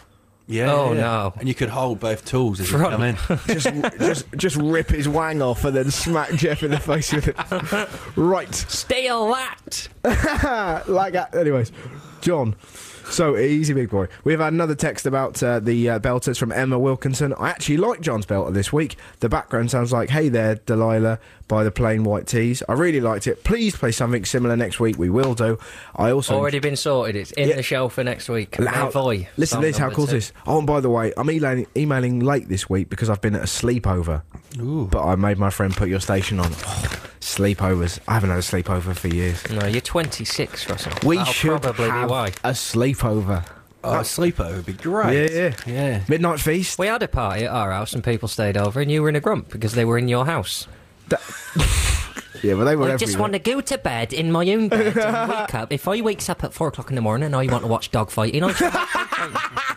Yeah.
Oh,
yeah.
no.
And you could hold both tools as
Front.
you come in.
Just, just, just rip his wang off and then smack Jeff in the face with it. Right,
Steal that!
like that. Anyways, John. So easy, big boy. We've had another text about uh, the uh, belters from Emma Wilkinson. I actually like John's belter this week. The background sounds like "Hey there, Delilah" by the Plain White Tees. I really liked it. Please play something similar next week. We will do. I also
Already been sorted. It's in
Yeah.
the show for next week.
how-
Envoy,
listen
song
to this. How
number
cool is
two.
this? Oh, and by the way, I'm emailing, emailing late this week because I've been at a sleepover. But I made my friend put your station on. sleepovers. I haven't had a sleepover for years.
No, you're 26, Russell.
We
That'll
should
probably
have
be why.
a sleepover.
Oh, a sleepover would be great.
Yeah, yeah,
Yeah.
Midnight feast.
We had a party at our house and people stayed over, and you were in a grump because they were in your house.
Yeah, but they were
I just
everywhere.
want to go to bed in my own bed and wake up. If I wakes up at four o'clock in the morning and I want to watch dogfighting, I should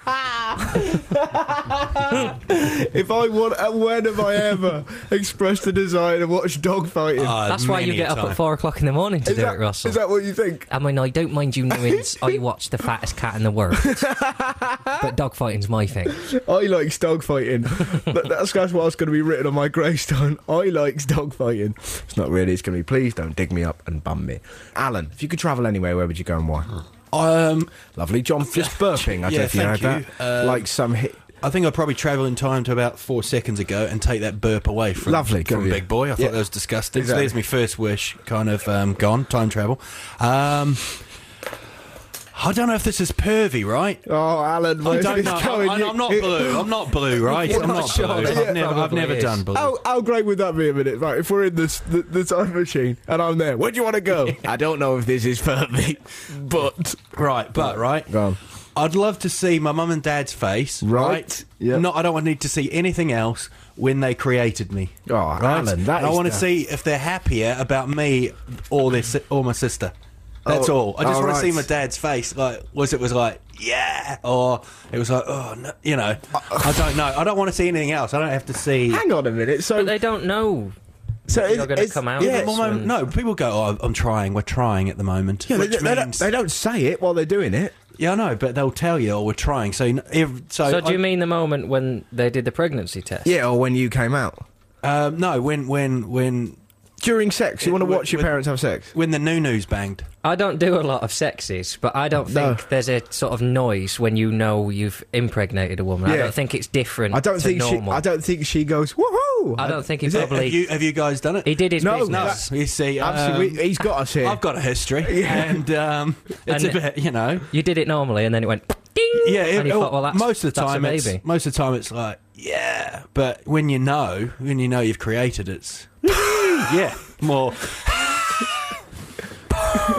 If I want, uh, when have I ever expressed a desire to watch dog fighting?
Oh,
That's why you
many
get
a
up
time.
at four o'clock in the morning to
is,
do
that,
it, Russell.
is that what you think?
I mean, I don't mind you knowing it's- I watch the fattest cat in the world, but dogfighting's my thing.
I likes dog fighting. That- that's, that's what's going to be written on my gravestone. I likes dog fighting. It's not really. It's going to be. Please don't dig me up and bum me. Alan, if you could travel anywhere, where would you go and why?
Um,
Lovely, John. Just burping. I don't
Yeah,
know if you
thank
know
you.
that.
Um,
like some hit.
I think I'd probably travel in time to about four seconds ago and take that burp away from,
Lovely, good
from
of you.
Big Boy. I thought
Yeah.
that was disgusting.
Exactly.
So there's my first wish kind of um, gone, time travel. Um, I don't know if this is pervy, right?
Oh, Alan,
I
where's
don't
this
know.
going?
I,
You-
am not blue. I'm not blue, right? I'm not blue.
Yeah.
I've never, I've
Probably
never
is.
done blue.
How, how great would that be a minute? Right, if we're in this the, the time machine and I'm there, where do you want to go? I don't know if this is for me, but
Right, but right.
Go on.
I'd love to see my mum and dad's face.
Right,
Right.
yep.
No, I don't want need to see anything else when they created me.
Oh, Alan, that
And I
is
want to
the-
see if they're happier about me or their si- or my sister. That's
Oh,
all. I just
oh,
want to see
right.
my dad's face. Like, was it was like, yeah, or it was like, oh, no, you know,
Uh,
I don't know. I don't want to see anything else. I don't have to see.
hang on a minute. So,
But they don't know.
so
you're gonna come out
Yeah,
Well,
yeah,
my-
when-
no, people go, oh, I'm trying. We're trying at the moment.
they,
which
they don't,
means,
they don't say it while they're doing it.
yeah, I know, but they'll tell you, oh, we're trying. So, you kn- ev- so,
So do
I-
you mean the moment when they did the pregnancy test?
Yeah, or when you came out
Um, no, when when when
during sex, you want to
With-
watch your
with-
parents have sex.
when the new news banged.
I don't do a lot of sexes, but I don't
No.
think there's a sort of noise when you know you've impregnated a woman. I
Yeah.
don't think it's different.
I don't
to
think she.
normal.
I don't think she goes woohoo No,
I don't think he
Is it-
probably.
Have you, have you guys done it?
he did his
No,
business.
You see, um,
Absolutely, he's got us here.
I've got a history, and um, it's
And-
a bit, you know.
You did it normally, and then it went ding.
Yeah,
and
it-
you thought,
oh,
well, that's,
most of the
that's a
time,
baby.
it's, most of the time, it's like, yeah, but when you know, when you know you've created, it's yeah, more.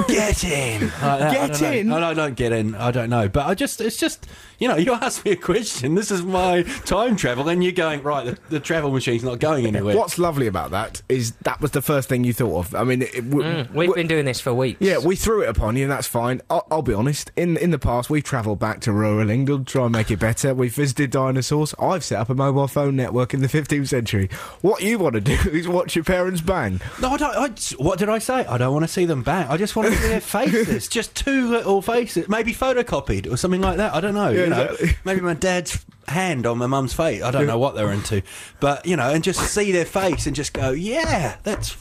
get in, I- I- I
Get
don't know.
in?
I, don't- I don't get in. I don't know, but I just, it's just, you know, you ask me a question. This is my time travel, and you're going right. The, the travel machine's not going anywhere.
What's lovely about that is that was the first thing you thought of. I mean, it, w-
Mm, we've been doing this for weeks.
Yeah, we threw it upon you, and that's fine. I'll, I'll be honest. In in the past, we've travelled back to rural England, try and make it better. We've visited dinosaurs. I've set up a mobile phone network in the 15th century. What you want to do is watch your parents bang.
No, I don't. I just- what did I say? I don't want to see them back. I just want to see their faces. Just two little faces. Maybe photocopied or something like that. I don't know.
Yeah,
you know,
exactly.
maybe my dad's hand on my mum's face. I don't know what they're into, but you know, and just see their face and just go, yeah, that's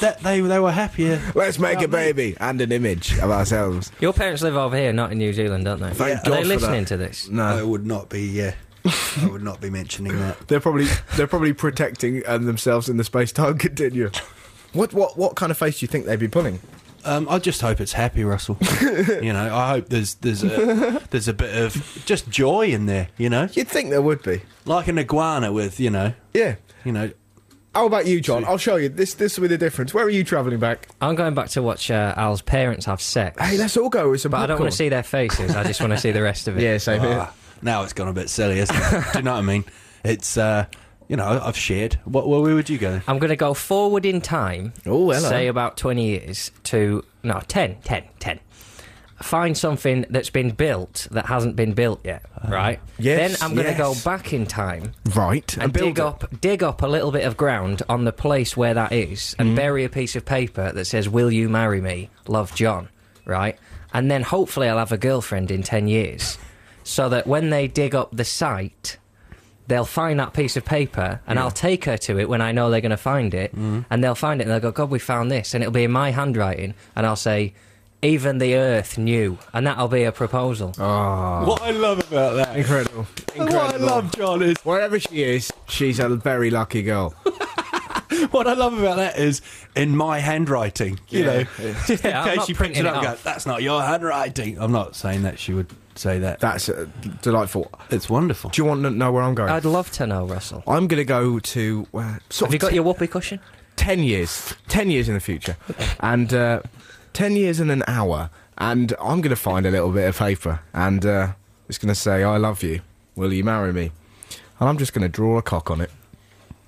that. They they were happier.
Let's make a
without me."
baby and an image of ourselves.
Your parents live over here, not in New Zealand, don't they?
Thank
Are
God
they
for
listening
that.
to this?
I
No.
would not be. Yeah, I would not be mentioning that.
They're probably they're probably protecting um, themselves in the space time continuum. What what what kind of face do you think they'd be pulling?
Um, I just hope it's happy, Russell. you know, I hope there's there's a, there's a bit of just joy in there. You know,
You'd think there would be.
like an iguana with you know
Yeah.
you know.
How about you, John? I'll show you. This this will be the difference. Where are you travelling back?
I'm going back to watch uh, Al's parents have sex.
Hey, let's all go. It's a
but I don't want to see their faces. I just want to see the rest of it.
Yeah, same here.
Ah, now it's gone a bit silly, isn't it? Do you know what I mean? It's uh, you know I've shared. What where would you go?
I'm going to go forward in time.
Oh, hello.
Say about 20 years to. No, 10, 10, 10. Find something that's been built that hasn't been built yet,
Uh,
right?
yes,
then I'm going to go
yes.
back in time
Right.
and
build
dig
it.
up dig up a little bit of ground on the place where that is
Mm.
and bury a piece of paper that says will you marry me love john right and then hopefully i'll have a girlfriend in 10 years so that when they dig up the site they'll find that piece of paper and i'll take her to it when i know they're going to find it
Mm-hmm.
and they'll find it and they'll go god we found this and it'll be in my handwriting and i'll say even the earth knew and that'll be a proposal
Ah.
What I love about that,
Incredible.
what I love, John, is
Wherever she is, she's a very lucky girl.
what I love about that is in my handwriting. You know, just
Yeah, I'm
in
not
case you print
printing
it up,
it
and go,
off.
that's not your handwriting. I'm not saying that she would say that.
That's uh, delightful.
It's wonderful.
Do you want to know where I'm going?
i'd love to know russell
I'm going to go to uh, sort
Uh, have you
of
got
t-
your whoopee cushion
ten years, ten years in the future, and uh, ten years in an hour, and I'm going to find a little bit of paper, and uh, it's going to say, "I love you. Will you marry me?" And I'm just going to draw a cock on it.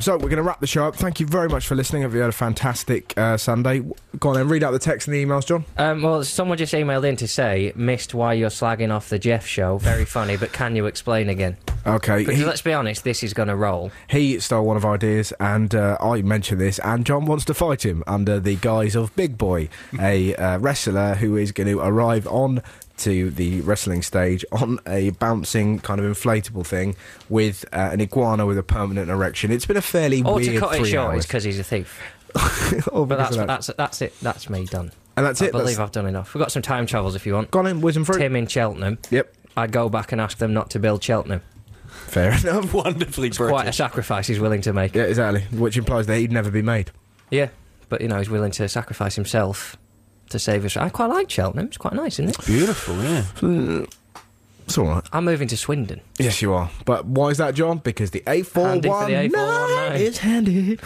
So we're going to wrap the show up. Thank you very much for listening. Have you had a fantastic uh, Sunday? Go on then, read out the text and the emails, John.
Um, well, someone just emailed in to say, missed why you're slagging off the Jeff show. Very funny, but can you explain again?
Okay,
Because
he-
let's be honest, this is going to roll.
He stole one of our ideas, and uh, I mentioned this. And John wants to fight him under the guise of Big Boy, a uh, wrestler who is going to arrive on to the wrestling stage on a bouncing kind of inflatable thing with uh, an iguana with a permanent erection. It's been a fairly
Or
weird
to cut it
three
short,
hours.
it's because he's a thief.
Oh,
But
because of
that's,
that.
that's, that's it. That's me done.
and that's
I
it.
believe
that's-
I've done enough. We've got some time travels if you want.
Gone in, whizzing through.
Tim in Cheltenham.
Yep,
I'd go back and ask them not to build Cheltenham.
fair enough.
Wonderfully
Quite a
British.
sacrifice he's willing to make.
Yeah, exactly. Which implies that he'd never be made.
Yeah, but you know, he's willing to sacrifice himself to save us. I quite like Cheltenham. It's quite nice, isn't it?
Beautiful, yeah.
It's all right.
I'm moving to Swindon.
Yes, you are. But why is that, John? Because the
Handy for the
8419
841.
is handy.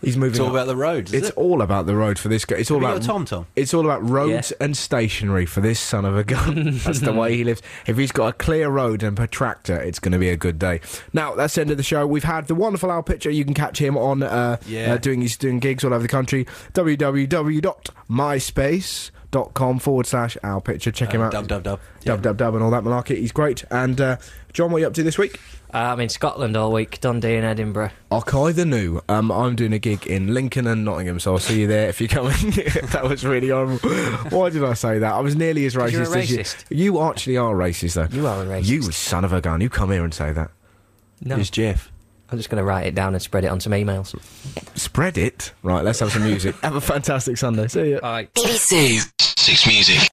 He's moving
It's all
on.
about the roads.
It's
Is it?
all about the road for this guy. It's all
Have you
about
got a TomTom?
It's all about roads and stationery for this son of a gun. that's the way he lives. If he's got a clear road and a tractor, it's going to be a good day. Now that's the end of the show. We've had the wonderful Al Pitcher. You can catch him on uh,
Yeah.
uh, doing he's doing gigs all over the country. www.myspace.com forward slash Al Pitcher. Check him out.
Dub dub dub. Yeah.
Dub, dub, dub, and all that malarkey. He's great. And uh, John, what are you up to this week?
Uh, I'm in Scotland all week, Dundee and Edinburgh.
Archive the new. Um, I'm doing a gig in Lincoln and Nottingham, so I'll see you there if you come in. that was really horrible. Why did I say that? I was nearly as racist
you're a
as you.
racist.
You actually are racist, though.
You are a racist.
You son of a gun. You come here and say that.
No.
Here's Jeff.
I'm just going to write it down and spread it on some emails.
Spread it. Right, let's have some music. have a fantastic Sunday. See ya.
All right.
BBC Six Music.